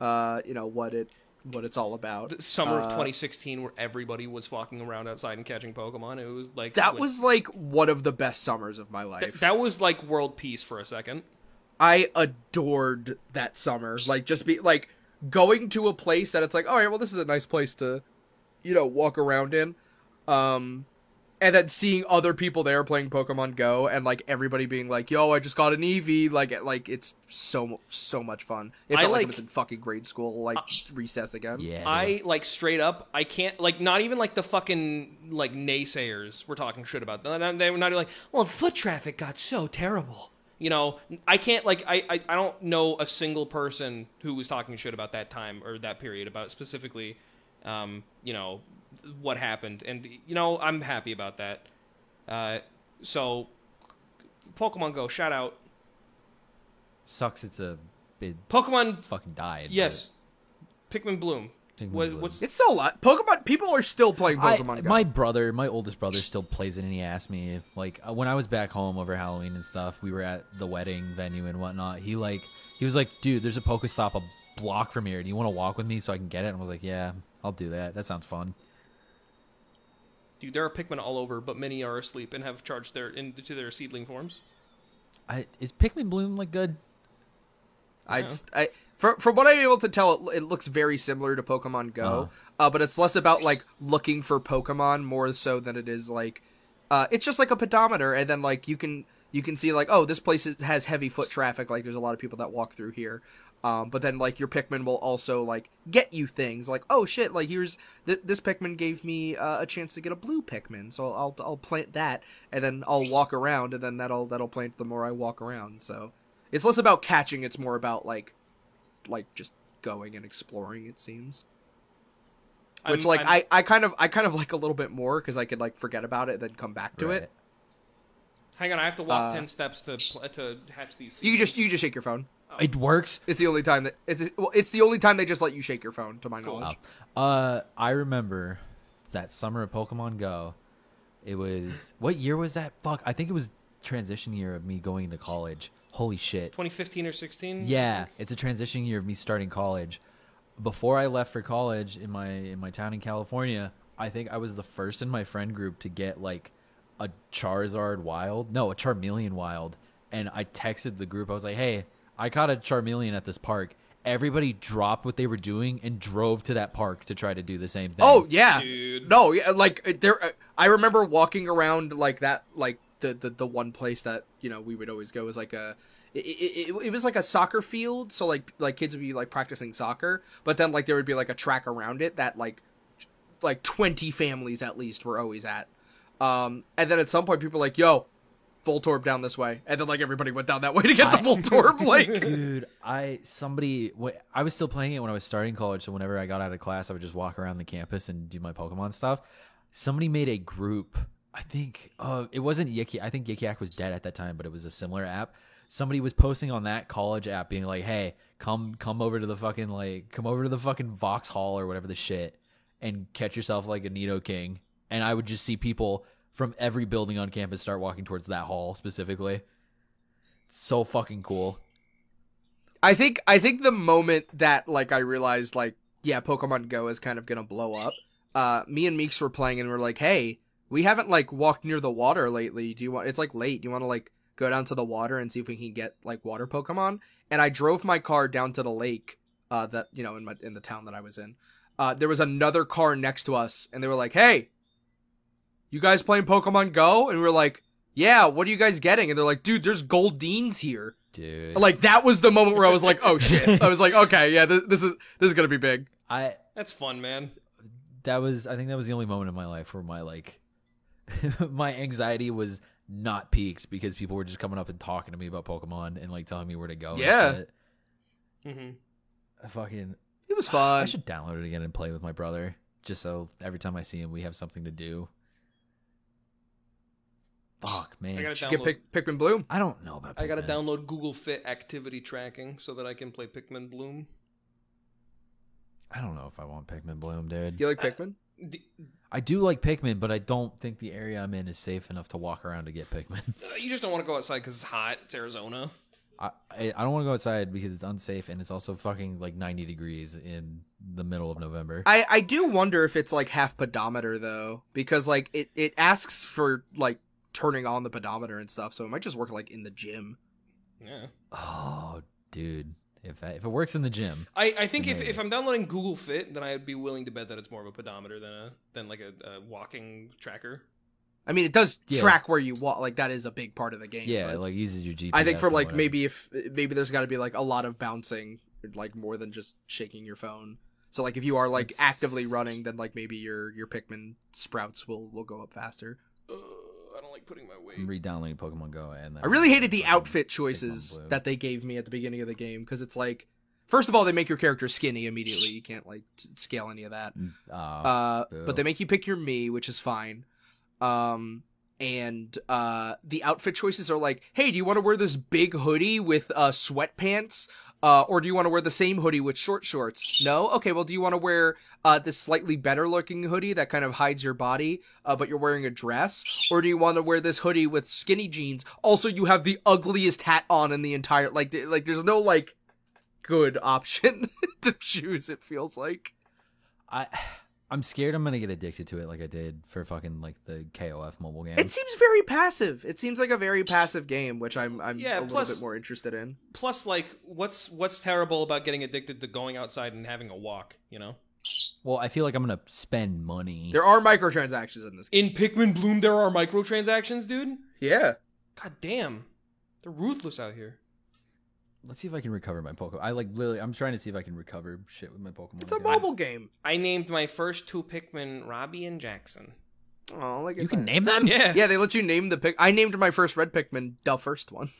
[SPEAKER 5] have. Uh, you know what it what it's all about.
[SPEAKER 3] the summer of
[SPEAKER 5] Uh,
[SPEAKER 3] 2016, where everybody was walking around outside and catching Pokemon. It was like
[SPEAKER 5] That
[SPEAKER 3] like-
[SPEAKER 5] was like one of the best summers of my
[SPEAKER 3] th-
[SPEAKER 5] life.
[SPEAKER 3] that was like world peace for a second.
[SPEAKER 5] I adored that summer. Like just be like going to a place that it's like, all right, well, this is a nice place to, you know, walk around in. Um, and then seeing other people there playing Pokemon Go and like everybody being like, yo, I just got an Eevee. Like, it- like it's so mu- so much fun. It
[SPEAKER 3] I
[SPEAKER 5] felt like,
[SPEAKER 3] like-
[SPEAKER 5] it was in fucking grade school, like recess again.
[SPEAKER 4] Yeah.
[SPEAKER 3] I like straight up. I can't like not even like the fucking like naysayers were talking shit about. Them. They were not like, well, foot traffic got so terrible. You know, I can't like I, I I don't know a single person who was talking shit about that time or that period about specifically, um, you know, what happened. And you know, I'm happy about that. Uh, so, Pokemon Go, shout out
[SPEAKER 4] sucks. It's a it
[SPEAKER 3] Pokemon.
[SPEAKER 4] fucking died. but-
[SPEAKER 3] Yes, Pikmin Bloom.
[SPEAKER 4] Pikmin
[SPEAKER 3] what,
[SPEAKER 4] Bloom.
[SPEAKER 3] What's
[SPEAKER 5] It's still a lot. Pokemon people are still playing
[SPEAKER 4] I-
[SPEAKER 5] Pokemon Go.
[SPEAKER 4] My brother, my oldest brother, still plays it, and he asked me if, like, uh, when I was back home over Halloween and stuff, we were at the wedding venue and whatnot. He like, he was like, "Dude, there's a Pokestop a block from here. Do you want to walk with me so I can get it?" And I was like, "Yeah, I'll do that. That sounds fun."
[SPEAKER 3] Dude, there are Pikmin all over, but many are asleep and have charged their into their seedling forms.
[SPEAKER 4] I, is Pikmin Bloom like good?
[SPEAKER 5] I, just- I for, from what I'm able to tell, it, it looks very similar to Pokemon Go, uh but it's less about like looking for Pokemon more so than it is like, uh, it's just like a pedometer, and then like you can you can see like oh this place is, has heavy foot traffic, like there's a lot of people that walk through here, um, but then like your Pikmin will also like get you things like oh shit like here's th- this Pikmin gave me uh, a chance to get a blue Pikmin, so I'll I'll plant that, and then I'll walk around, and then that'll that'll plant the more I walk around, so. It's less about catching; it's more about like, like just going and exploring. It seems. which
[SPEAKER 3] I'm-
[SPEAKER 5] like
[SPEAKER 3] I'm-
[SPEAKER 5] I, I kind of I kind of like a little bit more because I could like forget about it and then come back to
[SPEAKER 4] Right.
[SPEAKER 5] it.
[SPEAKER 3] Hang on, I have to walk
[SPEAKER 5] Uh,
[SPEAKER 3] ten steps to pl- to hatch these.
[SPEAKER 5] You can just
[SPEAKER 3] seeds.
[SPEAKER 5] you can just shake your phone.
[SPEAKER 4] It works.
[SPEAKER 5] It's the only time that it's well, it's the only time they just let you shake your phone, to my knowledge.
[SPEAKER 4] Uh, I remember that summer of Pokemon Go. It was what year was that? Fuck, I think it was transition year of me going to college. Holy shit!
[SPEAKER 3] 2015 or 16.
[SPEAKER 4] Yeah, it's a transition year of me starting college. Before I left for college in my in my town in California, I think I was the first in my friend group to get like a Charizard Wild, no, a Charmeleon Wild, and I texted the group. I was like, "Hey, I caught a Charmeleon at this park." Everybody dropped what they were doing and drove to that park to try to do the same thing.
[SPEAKER 5] Oh yeah,
[SPEAKER 3] Dude.
[SPEAKER 5] no, yeah, like uh, there. uh, I remember walking around like that, like the, the the one place that you know we would always go was like a. It, it, it- it was like a soccer field, so like like kids would be like practicing soccer, but then like there would be like a track around it that like t- like twenty families at least were always at, um, and then at some point people were like yo, Voltorb down this way, and then like everybody went down that way to get the
[SPEAKER 4] I-
[SPEAKER 5] Voltorb like
[SPEAKER 4] dude i somebody wh- i was still playing it when i was starting college so whenever i got out of class i would just walk around the campus and do my pokemon stuff somebody made a group i think uh it wasn't yiki i think yikiak was dead at that time but it was a similar app somebody was posting on that college app being like hey come come over to the fucking like come over to the fucking vox hall or whatever the shit and catch yourself like a Nido King. And I would just see people from every building on campus start walking towards that hall specifically. So fucking cool.
[SPEAKER 5] I think I think the moment that like I realized like yeah, Pokemon Go is kind of gonna blow up. Uh, me and Meeks were playing and we're like, hey, we haven't like walked near the water lately. Do you want? It's like late. Do you want to like go down to the water and see if we can get like water Pokemon? And I drove my car down to the lake. Uh, that you know in my in the town that I was in. Uh, there was another car next to us, and they were like, hey, you guys playing Pokemon Go? And we were like, yeah. What are you guys getting? And they're like, dude, there's Goldines here.
[SPEAKER 4] Dude.
[SPEAKER 5] Like that was the moment where I was like, "Oh shit!" I was like, "Okay, yeah, this, this is this is gonna be big."
[SPEAKER 4] I
[SPEAKER 3] That's fun, man.
[SPEAKER 4] that was I think that was the only moment in my life where my like my anxiety was not peaked because people were just coming up and talking to me about Pokemon and like telling me where to go. and
[SPEAKER 5] Yeah.
[SPEAKER 4] shit.
[SPEAKER 3] hmm
[SPEAKER 4] I fucking
[SPEAKER 5] It was
[SPEAKER 4] I
[SPEAKER 3] Uh,
[SPEAKER 5] fun.
[SPEAKER 4] should download it again and play with my brother just so every time I see him we have something to do. Fuck, man.
[SPEAKER 3] I gotta
[SPEAKER 5] Get
[SPEAKER 3] download.
[SPEAKER 5] Pick, Pikmin Blue.
[SPEAKER 4] I don't know about.
[SPEAKER 3] I gotta
[SPEAKER 4] Pikmin.
[SPEAKER 3] download Google Fit activity tracking so that I can play Pikmin Bloom.
[SPEAKER 4] I don't know if I want Pikmin Bloom, dude.
[SPEAKER 5] Do you like Pikmin?
[SPEAKER 3] D-
[SPEAKER 4] I do like Pikmin, but I don't think the area I'm in is safe enough to walk around to get Pikmin.
[SPEAKER 3] uh, You just don't want to go outside because it's hot. It's Arizona.
[SPEAKER 4] I I, I don't want to go outside because it's unsafe and it's also fucking like 90 degrees in the middle of November.
[SPEAKER 5] I I do wonder if it's like half pedometer though, because like it it asks for like turning on the pedometer and stuff, so it might just work like in the gym.
[SPEAKER 3] Yeah.
[SPEAKER 4] oh, dude. If that, if it works in the gym,
[SPEAKER 3] I, I think if,
[SPEAKER 4] Maybe.
[SPEAKER 3] if I'm downloading Google Fit, then I would be willing to bet that it's more of a pedometer than a than like a, a walking tracker.
[SPEAKER 5] I mean, it does
[SPEAKER 4] Yeah.
[SPEAKER 5] track where you walk. Like that is a big part of the game.
[SPEAKER 4] yeah, it
[SPEAKER 5] but
[SPEAKER 4] like uses your GPS.
[SPEAKER 5] I think for
[SPEAKER 4] and
[SPEAKER 5] like
[SPEAKER 4] whatever.
[SPEAKER 5] maybe if maybe there's got to be like a lot of bouncing, like more than just shaking your phone. So like if you are like
[SPEAKER 4] It's-
[SPEAKER 5] actively running, then like maybe your your Pikmin sprouts will will go up faster.
[SPEAKER 3] Uh, I don't like putting my weight.
[SPEAKER 4] I'm re-downloading Pokemon Go and then
[SPEAKER 5] I really hated the
[SPEAKER 4] Pokemon
[SPEAKER 5] outfit
[SPEAKER 4] Pokemon
[SPEAKER 5] choices
[SPEAKER 4] Blue.
[SPEAKER 5] that they gave me at the beginning of the game because it's like, first of all, they make your character skinny immediately. You can't like t- scale any of that.
[SPEAKER 4] Oh,
[SPEAKER 5] Uh,
[SPEAKER 4] boo.
[SPEAKER 5] but they make you pick your me, which is fine. Um, and uh, the outfit choices are like, hey, do you want to wear this big hoodie with uh, sweatpants? Uh, or do you want to wear the same hoodie with short shorts? No. Okay. Well, do you want to wear uh, this slightly better looking hoodie that kind of hides your body, uh, but you're wearing a dress? Or do you want to wear this hoodie with skinny jeans? Also, you have the ugliest hat on in the entire like th- like. There's no like good option to choose. It feels like.
[SPEAKER 4] I I'm scared I'm gonna get addicted to it like I did for fucking like the KOF mobile game.
[SPEAKER 5] It seems very passive. It seems like a very passive game, which I'm I'm
[SPEAKER 3] Yeah,
[SPEAKER 5] a little
[SPEAKER 3] plus-
[SPEAKER 5] bit more interested in.
[SPEAKER 3] Plus, like, what's what's terrible about getting addicted to going outside and having a walk? You know,
[SPEAKER 4] well, I feel like I'm gonna spend money.
[SPEAKER 5] There are microtransactions in this game.
[SPEAKER 3] in Pikmin Bloom there are microtransactions, dude.
[SPEAKER 5] Yeah.
[SPEAKER 4] Oh
[SPEAKER 3] God damn, they're ruthless out here.
[SPEAKER 4] Let's see if I can recover my Pokemon. I like literally I'm trying to see if I can recover shit with my Pokemon.
[SPEAKER 5] It's a
[SPEAKER 4] again.
[SPEAKER 5] mobile game.
[SPEAKER 3] I named my first two Pikmin Robbie and Jackson.
[SPEAKER 5] Oh, like
[SPEAKER 4] You can name them?
[SPEAKER 3] Yeah,
[SPEAKER 5] Yeah, they let you name the pick. I named my first red Pikmin the first one.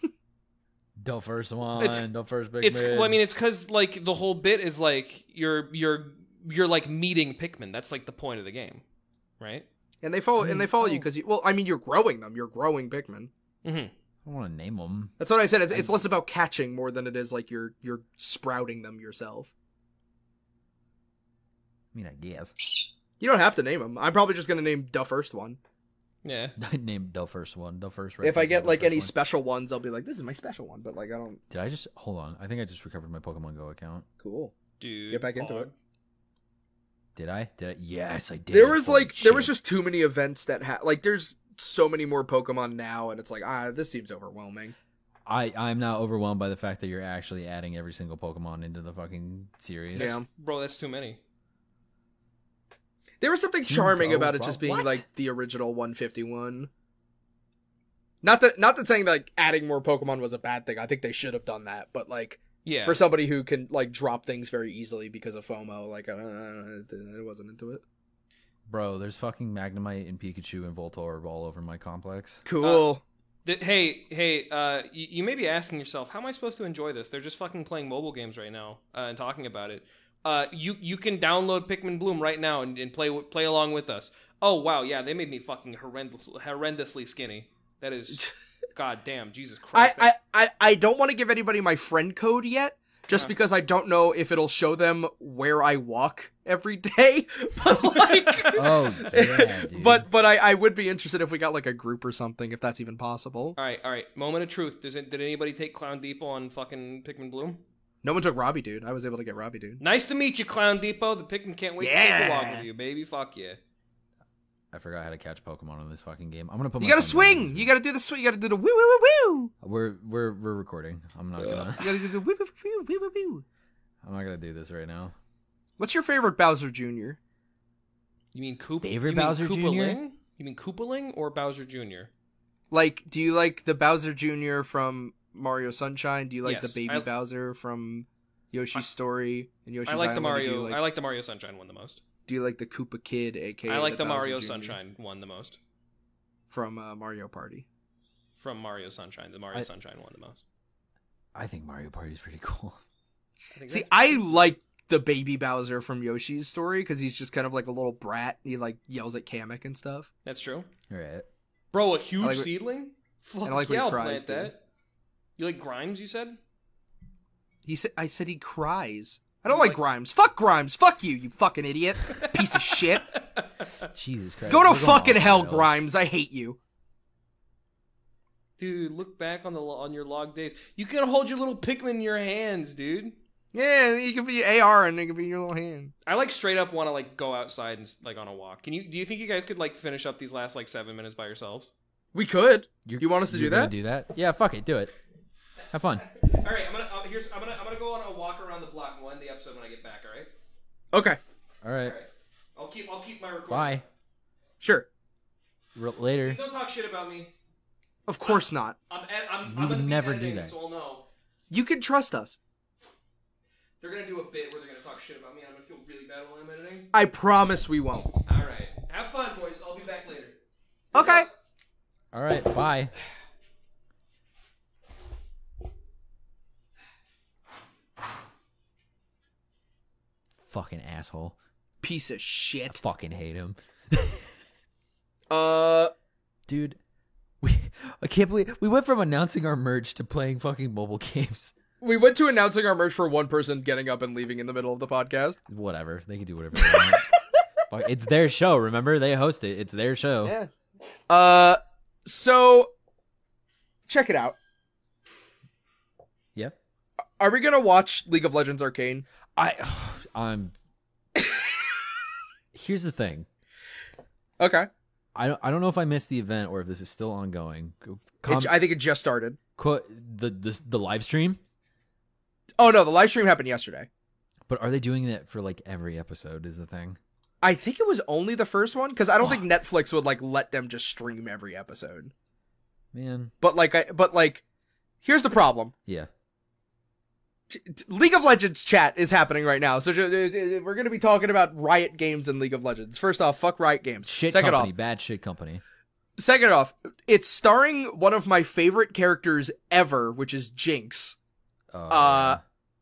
[SPEAKER 4] The first one,
[SPEAKER 3] It's-
[SPEAKER 4] the first big
[SPEAKER 3] it's.
[SPEAKER 4] man.
[SPEAKER 3] Well, I mean, it's because like the whole bit is like you're you're you're like meeting Pikmin. That's like the point of the game, right?
[SPEAKER 5] and they follow and they follow
[SPEAKER 3] Oh.
[SPEAKER 5] you because you. Well, I mean, you're growing them. You're growing Pikmin.
[SPEAKER 3] Mm-hmm.
[SPEAKER 4] I want to name them.
[SPEAKER 5] That's what I said. It's, it's less about catching more than it is like you're you're sprouting them yourself.
[SPEAKER 4] I mean, I guess.
[SPEAKER 5] You don't have to name them. I'm probably just gonna name the first one.
[SPEAKER 3] Yeah.
[SPEAKER 4] I named the first one. The first.
[SPEAKER 5] if I get like any
[SPEAKER 4] special.
[SPEAKER 5] special ones, I'll be like, this is my special one. But like, I don't.
[SPEAKER 4] Did I just hold on? I think I just recovered my Pokemon Go account.
[SPEAKER 5] Cool.
[SPEAKER 3] Dude.
[SPEAKER 5] Get back into
[SPEAKER 3] fuck.
[SPEAKER 5] it.
[SPEAKER 4] Did I? Did I? Yes, I did.
[SPEAKER 5] There was
[SPEAKER 4] Holy
[SPEAKER 5] like there was
[SPEAKER 4] shit.
[SPEAKER 5] just too many events that had like there's so many more Pokemon now, and it's like ah, this seems overwhelming.
[SPEAKER 4] I I'm now overwhelmed by the fact that you're actually adding every single Pokemon into the fucking series.
[SPEAKER 5] Yeah.
[SPEAKER 3] Bro, that's too many.
[SPEAKER 5] There was something
[SPEAKER 4] Dude,
[SPEAKER 5] charming
[SPEAKER 4] bro,
[SPEAKER 5] about it
[SPEAKER 4] bro,
[SPEAKER 5] just being
[SPEAKER 4] what?
[SPEAKER 5] like the original 151. Not that not that saying like adding more Pokemon was a bad thing. I think they should have done that, but like
[SPEAKER 3] Yeah.
[SPEAKER 5] for somebody who can like drop things very easily because of FOMO, like uh, I wasn't into it.
[SPEAKER 4] Bro, there's fucking Magnemite and Pikachu and Voltorb all over my complex.
[SPEAKER 5] Cool.
[SPEAKER 3] Th- hey, hey, uh, you, you may be asking yourself, how am I supposed to enjoy this? They're just fucking playing mobile games right now uh, and talking about it. Uh, you you can download Pikmin Bloom right now and, and play w- play along with us. Oh wow, yeah, they made me fucking horrendous, horrendously skinny. That is, goddamn, Jesus
[SPEAKER 5] I,
[SPEAKER 3] Christ.
[SPEAKER 5] I, I, I don't want to give anybody my friend code yet, just
[SPEAKER 3] Yeah.
[SPEAKER 5] because I don't know if it'll show them where I walk every day. But like,
[SPEAKER 4] Oh yeah, dude.
[SPEAKER 5] but but I, I would be interested if we got like a group or something, if that's even possible.
[SPEAKER 3] all right, all right. Moment of truth. Does it, did anybody take Clown Depot on fucking Pikmin Bloom?
[SPEAKER 5] No one took Robbie, dude. I was able to get Robbie, dude.
[SPEAKER 3] Nice to meet you, Clown Depot. The Pikmin can't wait to take a walk with you, baby. Fuck yeah.
[SPEAKER 4] I forgot how to catch Pokemon in this fucking game. I'm gonna put.
[SPEAKER 5] You
[SPEAKER 4] my
[SPEAKER 5] gotta
[SPEAKER 4] phone down
[SPEAKER 5] swing.
[SPEAKER 4] this
[SPEAKER 5] You
[SPEAKER 4] week.
[SPEAKER 5] gotta do the swing. You gotta do the woo woo woo woo.
[SPEAKER 4] We're we're we're recording. I'm not gonna.
[SPEAKER 5] You gotta do the woo woo woo woo woo woo.
[SPEAKER 4] I'm not gonna do this right now.
[SPEAKER 5] What's your favorite Bowser Jr.?
[SPEAKER 3] You mean Coop?
[SPEAKER 4] Favorite
[SPEAKER 3] you mean
[SPEAKER 4] Bowser Jr.?
[SPEAKER 3] Koopaling? You mean Koopaling or Bowser Jr.?
[SPEAKER 5] Like, do you like the Bowser Jr. from Mario Sunshine? Do you
[SPEAKER 3] Yes,
[SPEAKER 5] like the baby
[SPEAKER 3] I-
[SPEAKER 5] Bowser from Yoshi's Story and Yoshi's
[SPEAKER 3] I like the
[SPEAKER 5] Island? Or do you
[SPEAKER 3] Mario.
[SPEAKER 5] like-
[SPEAKER 3] I like the Mario Sunshine one the most.
[SPEAKER 5] Do you like the Koopa Kid, aka
[SPEAKER 3] I like the,
[SPEAKER 5] Bowser
[SPEAKER 3] Mario
[SPEAKER 5] Jr.
[SPEAKER 3] Sunshine one the most
[SPEAKER 5] from uh, Mario Party?
[SPEAKER 3] from Mario Sunshine. The Mario
[SPEAKER 4] I-
[SPEAKER 3] Sunshine one the most.
[SPEAKER 4] I think Mario Party is pretty cool.
[SPEAKER 3] I think
[SPEAKER 5] See,
[SPEAKER 3] that's-
[SPEAKER 5] I like the baby Bowser from Yoshi's Story because he's just kind of like a little brat. He like yells at Kamek and stuff.
[SPEAKER 3] that's true,
[SPEAKER 4] All right.
[SPEAKER 3] bro. A huge
[SPEAKER 5] I like what-
[SPEAKER 3] seedling. Fuck
[SPEAKER 5] I like what
[SPEAKER 3] yeah,
[SPEAKER 5] he
[SPEAKER 3] I'll
[SPEAKER 5] cries,
[SPEAKER 3] plant that. You like Grimes? You said.
[SPEAKER 5] He said, "I said he cries." I don't
[SPEAKER 3] You
[SPEAKER 5] like,
[SPEAKER 3] like-
[SPEAKER 5] Grimes. Fuck Grimes. Fuck you, you fucking idiot, piece of shit.
[SPEAKER 4] Jesus Christ.
[SPEAKER 5] Go
[SPEAKER 4] we're
[SPEAKER 5] to
[SPEAKER 4] going
[SPEAKER 5] fucking
[SPEAKER 4] off
[SPEAKER 5] hell,
[SPEAKER 4] rails.
[SPEAKER 5] Grimes. I hate you.
[SPEAKER 3] Dude, look back on the lo- on your log days. You can hold your little Pikmin in your hands, dude.
[SPEAKER 5] Yeah, you can be AR and it can be your little hand.
[SPEAKER 3] I like straight up want to like go outside and like on a walk. Can you? Do you think you guys could like finish up these last like seven minutes by yourselves?
[SPEAKER 5] We could.
[SPEAKER 4] You're-
[SPEAKER 5] You want us to
[SPEAKER 4] you're
[SPEAKER 5] do
[SPEAKER 4] gonna
[SPEAKER 5] that?
[SPEAKER 4] Do that? Yeah. Fuck it. Do it. Have fun.
[SPEAKER 3] All right, I'm gonna uh, here's I'm gonna I'm gonna go on a walk around the block and we'll end the episode when I get back. All right.
[SPEAKER 5] Okay,
[SPEAKER 4] All right.
[SPEAKER 3] All right. I'll keep I'll keep my recording.
[SPEAKER 4] Bye.
[SPEAKER 5] sure.
[SPEAKER 4] Re- later.
[SPEAKER 3] Please don't talk shit about me.
[SPEAKER 5] Of course not.
[SPEAKER 3] I'm I'm,
[SPEAKER 4] We
[SPEAKER 3] I'm
[SPEAKER 4] would
[SPEAKER 3] gonna be
[SPEAKER 4] never
[SPEAKER 3] editing
[SPEAKER 4] do
[SPEAKER 3] it,
[SPEAKER 4] that.
[SPEAKER 3] So I'll know.
[SPEAKER 5] You can trust us.
[SPEAKER 3] They're gonna do a bit where they're gonna talk shit about me. and I'm gonna feel really bad while I'm editing.
[SPEAKER 5] I promise we won't.
[SPEAKER 3] All right. Have fun, boys. I'll be back later.
[SPEAKER 5] Okay.
[SPEAKER 4] All right. Bye. Fucking asshole.
[SPEAKER 5] Piece of
[SPEAKER 4] I
[SPEAKER 5] shit.
[SPEAKER 4] fucking hate him.
[SPEAKER 5] Uh,
[SPEAKER 4] Dude, we I can't believe we went from announcing our merch to playing fucking mobile games.
[SPEAKER 5] we went to announcing our merch for one person getting up and leaving in the middle of the podcast.
[SPEAKER 4] Whatever. They can do whatever they want. Fuck, it's their show, remember? They host it. It's their show.
[SPEAKER 5] Yeah. Uh, so check it out.
[SPEAKER 4] Yep.
[SPEAKER 5] Are we gonna watch League of Legends Arcane?
[SPEAKER 4] I I'm Um, Here's the thing.
[SPEAKER 5] Okay.
[SPEAKER 4] I don't, I don't know if I missed the event or if this is still ongoing. Com-
[SPEAKER 5] It, I think it just started.
[SPEAKER 4] co- the, the the live stream,
[SPEAKER 5] Oh no, the live stream happened yesterday.
[SPEAKER 4] but are they doing that for like every episode? Is the thing?
[SPEAKER 5] I think it was only the first one because I don't think
[SPEAKER 4] Fuck.
[SPEAKER 5] Netflix would like let them just stream every episode.
[SPEAKER 4] Man,
[SPEAKER 5] But like, I but like, here's the problem:
[SPEAKER 4] yeah.
[SPEAKER 5] T- t- League of Legends chat is happening right now, so ju- ju- ju- we're gonna be talking about Riot Games and League of Legends. First off, fuck Riot Games.
[SPEAKER 4] Shit
[SPEAKER 5] Second off,
[SPEAKER 4] company, bad shit company.
[SPEAKER 5] Second off, it's starring one of my favorite characters ever, which is Jinx.
[SPEAKER 4] Uh,
[SPEAKER 5] Uh,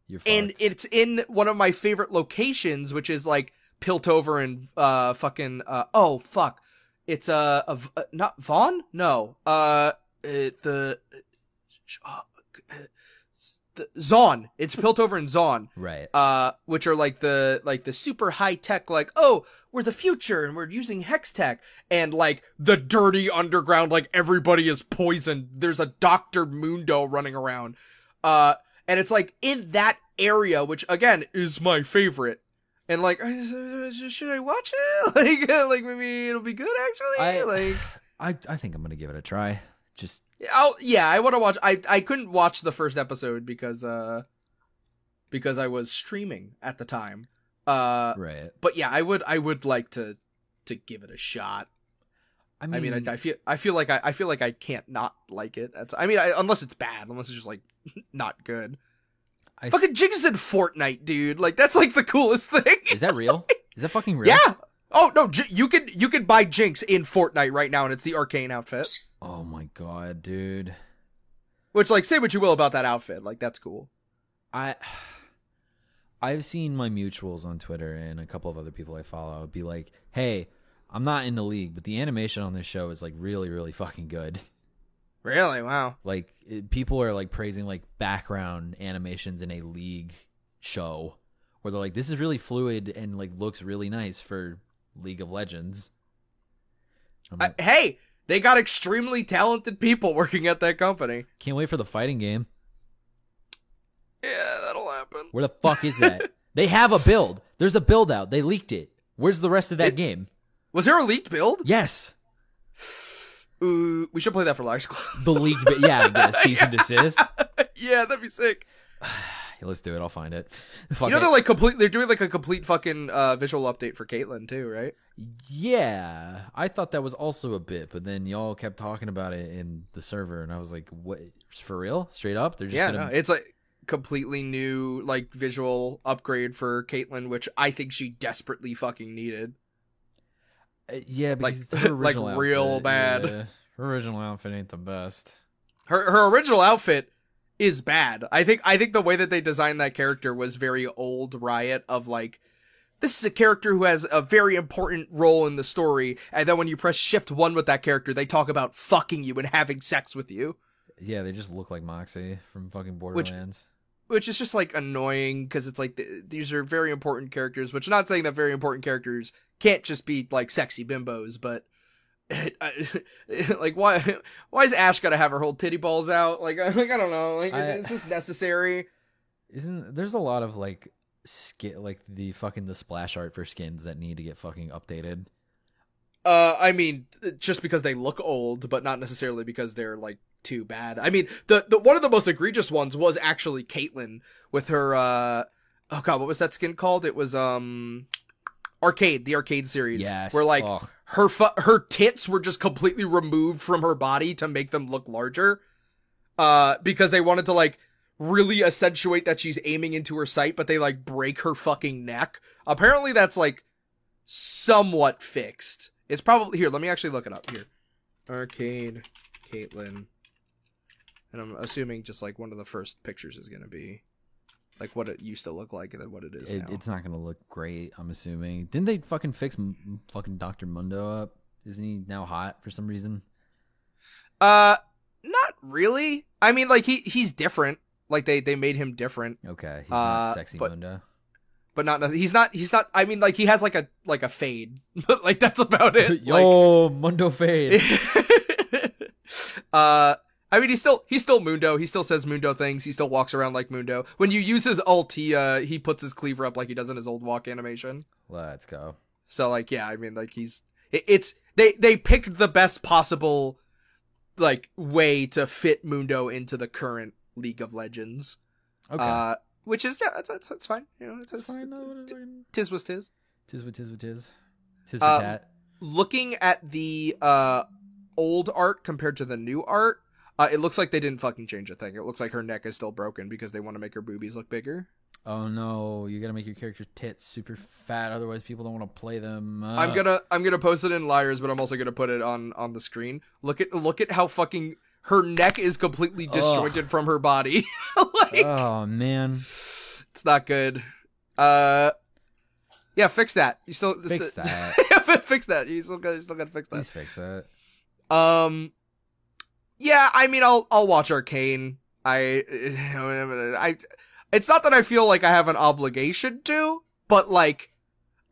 [SPEAKER 4] You're
[SPEAKER 5] and
[SPEAKER 4] fucked.
[SPEAKER 5] it's in one of my favorite locations, which is like Piltover and uh fucking uh oh fuck, it's uh, a V- uh, not Vaughn no uh it, the uh, the Zon it's Piltover and Zon
[SPEAKER 4] right.
[SPEAKER 5] uh which are like the like the super high tech like oh we're the future and we're using hex tech and like the dirty underground like everybody is poisoned there's a doctor mundo running around uh and it's like in that area which again is my favorite and like should i watch it like like maybe it'll be good actually
[SPEAKER 4] I-
[SPEAKER 5] like
[SPEAKER 4] I I think I'm gonna give it a try. Just
[SPEAKER 5] i yeah, I want to watch. I I couldn't watch the first episode because uh because I was streaming at the time. Uh,
[SPEAKER 4] right.
[SPEAKER 5] but yeah, I would I would like to to give it a shot.
[SPEAKER 4] I
[SPEAKER 5] I mean, I, I feel I feel like I, I feel like I can't not like it. That's I mean, I, unless it's bad, unless it's just like not good.
[SPEAKER 4] I s-
[SPEAKER 5] Fucking Jigs in Fortnite, dude. Like that's like the coolest thing.
[SPEAKER 4] is that real? Is that fucking real?
[SPEAKER 5] yeah. Oh no, J- you could you could buy Jinx in Fortnite right now, and it's the arcane outfit.
[SPEAKER 4] Oh my god, dude.
[SPEAKER 5] Which like say what you will about that outfit, like that's cool.
[SPEAKER 4] I I've seen my mutuals on Twitter and a couple of other people I follow be like, "Hey, I'm not in the league, but the animation on this show is like really, really fucking good."
[SPEAKER 5] Really? Wow.
[SPEAKER 4] Like it, people are like praising like background animations in a league show where they're like, "This is really fluid and like looks really nice for League of Legends." I'm
[SPEAKER 5] I,
[SPEAKER 4] like,
[SPEAKER 5] hey, they got extremely talented people working at that company.
[SPEAKER 4] Can't wait for the fighting game.
[SPEAKER 5] Yeah, that'll happen.
[SPEAKER 4] Where the fuck is that? they have a build. There's a build out. They leaked it. Where's the rest of that
[SPEAKER 5] It-
[SPEAKER 4] game?
[SPEAKER 5] Was there a leaked build?
[SPEAKER 4] Yes.
[SPEAKER 5] Ooh, we should play that for Liars Club.
[SPEAKER 4] The leaked bit. Yeah, the cease and desist.
[SPEAKER 5] yeah, that'd be sick.
[SPEAKER 4] Hey, let's do it. I'll find it.
[SPEAKER 5] You
[SPEAKER 4] Fuck
[SPEAKER 5] know
[SPEAKER 4] it.
[SPEAKER 5] they're like complete. They're doing like a complete fucking uh, visual update for Caitlyn too, right?
[SPEAKER 4] yeah, I thought that was also a bit, but then y'all kept talking about it in the server, and I was like, "What? For real? Straight up? They're just
[SPEAKER 5] yeah,
[SPEAKER 4] gonna...
[SPEAKER 5] no, it's like completely new like visual upgrade for Caitlyn, which I think she desperately fucking needed.
[SPEAKER 4] Uh, yeah,
[SPEAKER 5] like-
[SPEAKER 4] because her
[SPEAKER 5] like
[SPEAKER 4] original
[SPEAKER 5] real
[SPEAKER 4] outfit,
[SPEAKER 5] bad.
[SPEAKER 4] yeah, her original outfit ain't the best.
[SPEAKER 5] Her her original outfit is bad. I think I think the way that they designed that character was very old Riot of like this is a character who has a very important role in the story, and then when you press shift one with that character, they talk about fucking you and having sex with you,
[SPEAKER 4] Yeah, they just look like Moxie from fucking Borderlands.
[SPEAKER 5] which is just like annoying because it's like th- these are very important characters. Which not saying that very important characters can't just be like sexy bimbos, but like why why is Ash gotta have her whole titty balls out? Like, like I don't know. Like
[SPEAKER 4] I-
[SPEAKER 5] is this necessary?
[SPEAKER 4] Isn't there's a lot of like skit like the fucking the splash art for skins that need to get fucking updated.
[SPEAKER 5] Uh, I mean, just because they look old, but not necessarily because they're like too bad. I mean, the, the one of the most egregious ones was actually Caitlyn with her. uh Oh god, what was that skin called? It was um, arcade, the arcade series.
[SPEAKER 4] Yes,
[SPEAKER 5] where like
[SPEAKER 4] Ugh.
[SPEAKER 5] her fu- her tits were just completely removed from her body to make them look larger. Uh, because they wanted to like really accentuate that she's aiming into her sight, but they like break her fucking neck. Apparently, that's like somewhat fixed. It's probably here. Let me actually look it up here. Arcade, Caitlyn, and I'm assuming just like one of the first pictures is gonna be like what it used to look like and then what it is
[SPEAKER 4] It,
[SPEAKER 5] now.
[SPEAKER 4] it's not gonna look great. I'm assuming. Didn't they fucking fix m- m- fucking Doctor Mundo up? Isn't he now hot for some reason?
[SPEAKER 5] Uh, not really. I mean, like he he's different. Like they they made him different,
[SPEAKER 4] Okay, he's
[SPEAKER 5] Uh,
[SPEAKER 4] not sexy
[SPEAKER 5] but-
[SPEAKER 4] Mundo.
[SPEAKER 5] but not he's not he's not. I mean, like he has like a like a fade, but like that's about it. Like,
[SPEAKER 4] Yo, Mundo fade.
[SPEAKER 5] uh. I mean, he's still he's still Mundo. He still says Mundo things. He still walks around like Mundo. When you use his ult, he uh he puts his cleaver up like he does in his old walk animation.
[SPEAKER 4] Let's go.
[SPEAKER 5] So like, yeah, I mean, like he's it, it's they they picked the best possible like way to fit Mundo into the current League of Legends.
[SPEAKER 4] Okay,
[SPEAKER 5] Uh, which is yeah, that's, that's, that's fine. You know, it's,
[SPEAKER 4] it's
[SPEAKER 5] it's-
[SPEAKER 4] fine.
[SPEAKER 5] it's-
[SPEAKER 4] no, what is fucking-
[SPEAKER 5] tis was tis.
[SPEAKER 4] Tis what tis what tis. Tis
[SPEAKER 5] Um,
[SPEAKER 4] what tat.
[SPEAKER 5] Looking at the uh old art compared to the new art, uh, it looks like they didn't fucking change a thing. It looks like her neck is still broken because they want to make her boobies look bigger.
[SPEAKER 4] Oh no, you gotta make your character tits super fat, otherwise people don't want to play them. Uh,
[SPEAKER 5] I'm gonna I'm gonna post it in liars, but I'm also gonna put it on on the screen. Look at look at how fucking her neck is completely disjointed from her body. like,
[SPEAKER 4] Oh man,
[SPEAKER 5] It's not good. Uh, yeah, fix that. You still
[SPEAKER 4] Fix that.
[SPEAKER 5] fix that. You still got. You still got to fix
[SPEAKER 4] Please
[SPEAKER 5] that.
[SPEAKER 4] fix that.
[SPEAKER 5] Um, yeah. I mean, I'll I'll watch Arcane. I I. It's not that I feel like I have an obligation to, but like,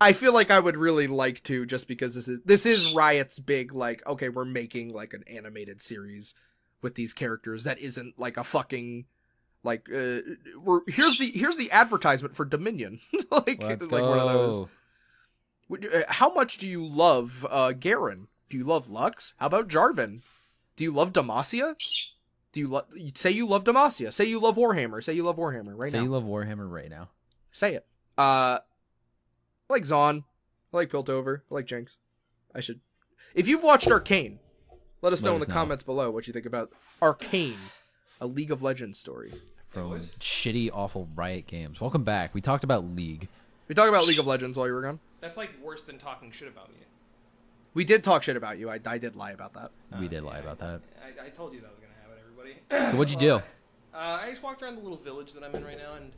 [SPEAKER 5] I feel like I would really like to, just because this is this is Riot's big like. Okay, we're making like an animated series with these characters that isn't like a fucking like uh we're here's the here's the advertisement for dominion like
[SPEAKER 4] Let's
[SPEAKER 5] like one of those
[SPEAKER 4] go.
[SPEAKER 5] would you- uh, How much do you love uh, Garen? Do you love Lux? How about Jarvan? Do you love Demacia? Do you love? Say you love Demacia. Say you love Warhammer. Say you love Warhammer right
[SPEAKER 4] Say
[SPEAKER 5] now.
[SPEAKER 4] you love Warhammer right now.
[SPEAKER 5] Say it. Uh, I like Zon. I like Piltover. I like Jinx. I should. If you've watched Arcane, let us
[SPEAKER 4] Let
[SPEAKER 5] know
[SPEAKER 4] us
[SPEAKER 5] in the
[SPEAKER 4] know.
[SPEAKER 5] comments below what you think about Arcane, a League of Legends story.
[SPEAKER 4] From shitty, awful Riot games. Welcome back. We talked about League.
[SPEAKER 5] We talked about League of Legends while you were gone.
[SPEAKER 3] That's like worse than talking shit about me.
[SPEAKER 5] We did talk shit about you. I, I did lie about that.
[SPEAKER 4] we did lie about that.
[SPEAKER 3] I, I told you that was gonna happen, everybody.
[SPEAKER 4] So what'd you do?
[SPEAKER 3] Uh, I just walked around the little village that I'm in right now and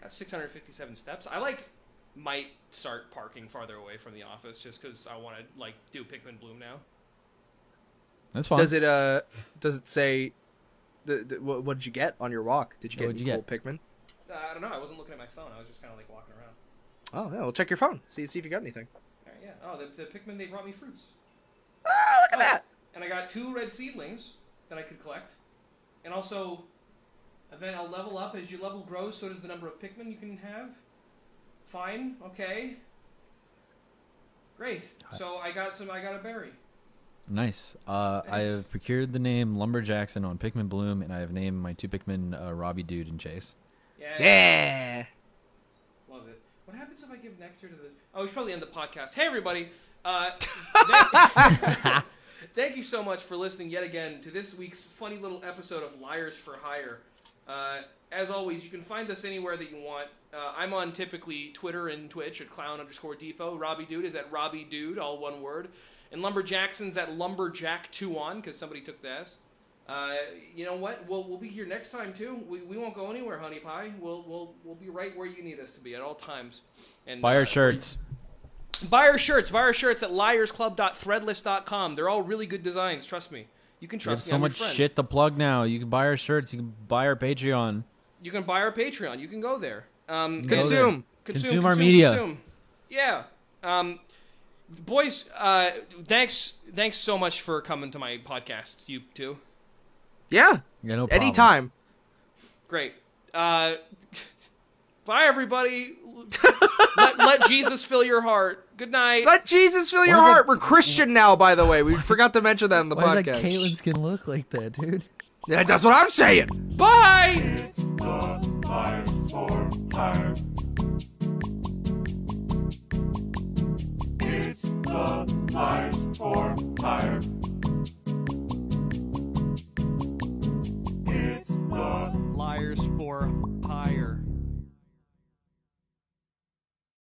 [SPEAKER 3] got 657 steps. I like might start parking farther away from the office just because I want to like do Pikmin Bloom now.
[SPEAKER 4] That's fine.
[SPEAKER 5] Does it uh does it say the, the, what, what did you get on your walk? Did you
[SPEAKER 4] Yeah,
[SPEAKER 5] get
[SPEAKER 4] what'd
[SPEAKER 5] any
[SPEAKER 4] you
[SPEAKER 5] cool Pikmin?
[SPEAKER 3] Uh, I don't know. I wasn't looking at my phone. I was just kind of like walking around.
[SPEAKER 5] Oh yeah, well check your phone. See see if you got anything.
[SPEAKER 3] All right, yeah. Oh, the, the Pikmin they brought me fruits.
[SPEAKER 5] Oh, look at that.
[SPEAKER 3] And I got two red seedlings that I could collect, and also, and then I'll level up as your level grows. So does the number of Pikmin you can have. Fine. Okay. Great. So I got some. I got a berry.
[SPEAKER 4] Nice. Uh, I have procured the name Lumberjackson on Pikmin Bloom, and I have named my two Pikmin uh, Robbie Dude and Chase.
[SPEAKER 3] Yeah.
[SPEAKER 5] Yeah.
[SPEAKER 3] Love it. What happens if I give nectar to the? Oh, we should probably end the podcast. Hey, everybody. Uh, thank- thank you so much for listening yet again to this week's funny little episode of Liars for Hire. Uh, as always, you can find us anywhere that you want. Uh, I'm on typically Twitter and Twitch at clown underscore depot. Robbie Dude is at Robbie Dude, all one word. And Lumberjackson's at Lumberjack two on because somebody took this. Uh, you know what? We'll, we'll be here next time too. We, we won't go anywhere, honey pie. We'll we'll we'll be right where you need us to be at all times. And
[SPEAKER 4] Buy our
[SPEAKER 3] uh,
[SPEAKER 4] shirts.
[SPEAKER 3] Buy our shirts. Buy our shirts at liarsclub.threadless.com. They're all really good designs. Trust me. You can
[SPEAKER 4] We have
[SPEAKER 3] trust me.
[SPEAKER 4] so
[SPEAKER 3] I'm your
[SPEAKER 4] much
[SPEAKER 3] friend.
[SPEAKER 4] shit to plug now. You can buy our shirts. You can buy our Patreon.
[SPEAKER 3] You can buy our Patreon. You can go there. Um,
[SPEAKER 4] Go
[SPEAKER 3] consume,
[SPEAKER 5] Consume.
[SPEAKER 3] consume,
[SPEAKER 4] Consume our
[SPEAKER 3] consume,
[SPEAKER 4] media.
[SPEAKER 3] consume. Yeah. Um, boys, uh, thanks thanks so much for coming to my podcast. You two,
[SPEAKER 5] Yeah.
[SPEAKER 4] Yeah, no problem.
[SPEAKER 5] Anytime.
[SPEAKER 3] great. Uh, bye everybody. let, let Jesus fill your heart. Good night.
[SPEAKER 5] Let Jesus fill your
[SPEAKER 4] Why is
[SPEAKER 5] heart. We're Christian now, by the way. We forgot to mention that in the
[SPEAKER 7] Why does that
[SPEAKER 5] podcast.
[SPEAKER 7] Caitlyn skin look like that, dude?
[SPEAKER 5] Yeah, that's what I'm saying.
[SPEAKER 3] Bye.
[SPEAKER 1] It's the Liars for Hire. It's the Liars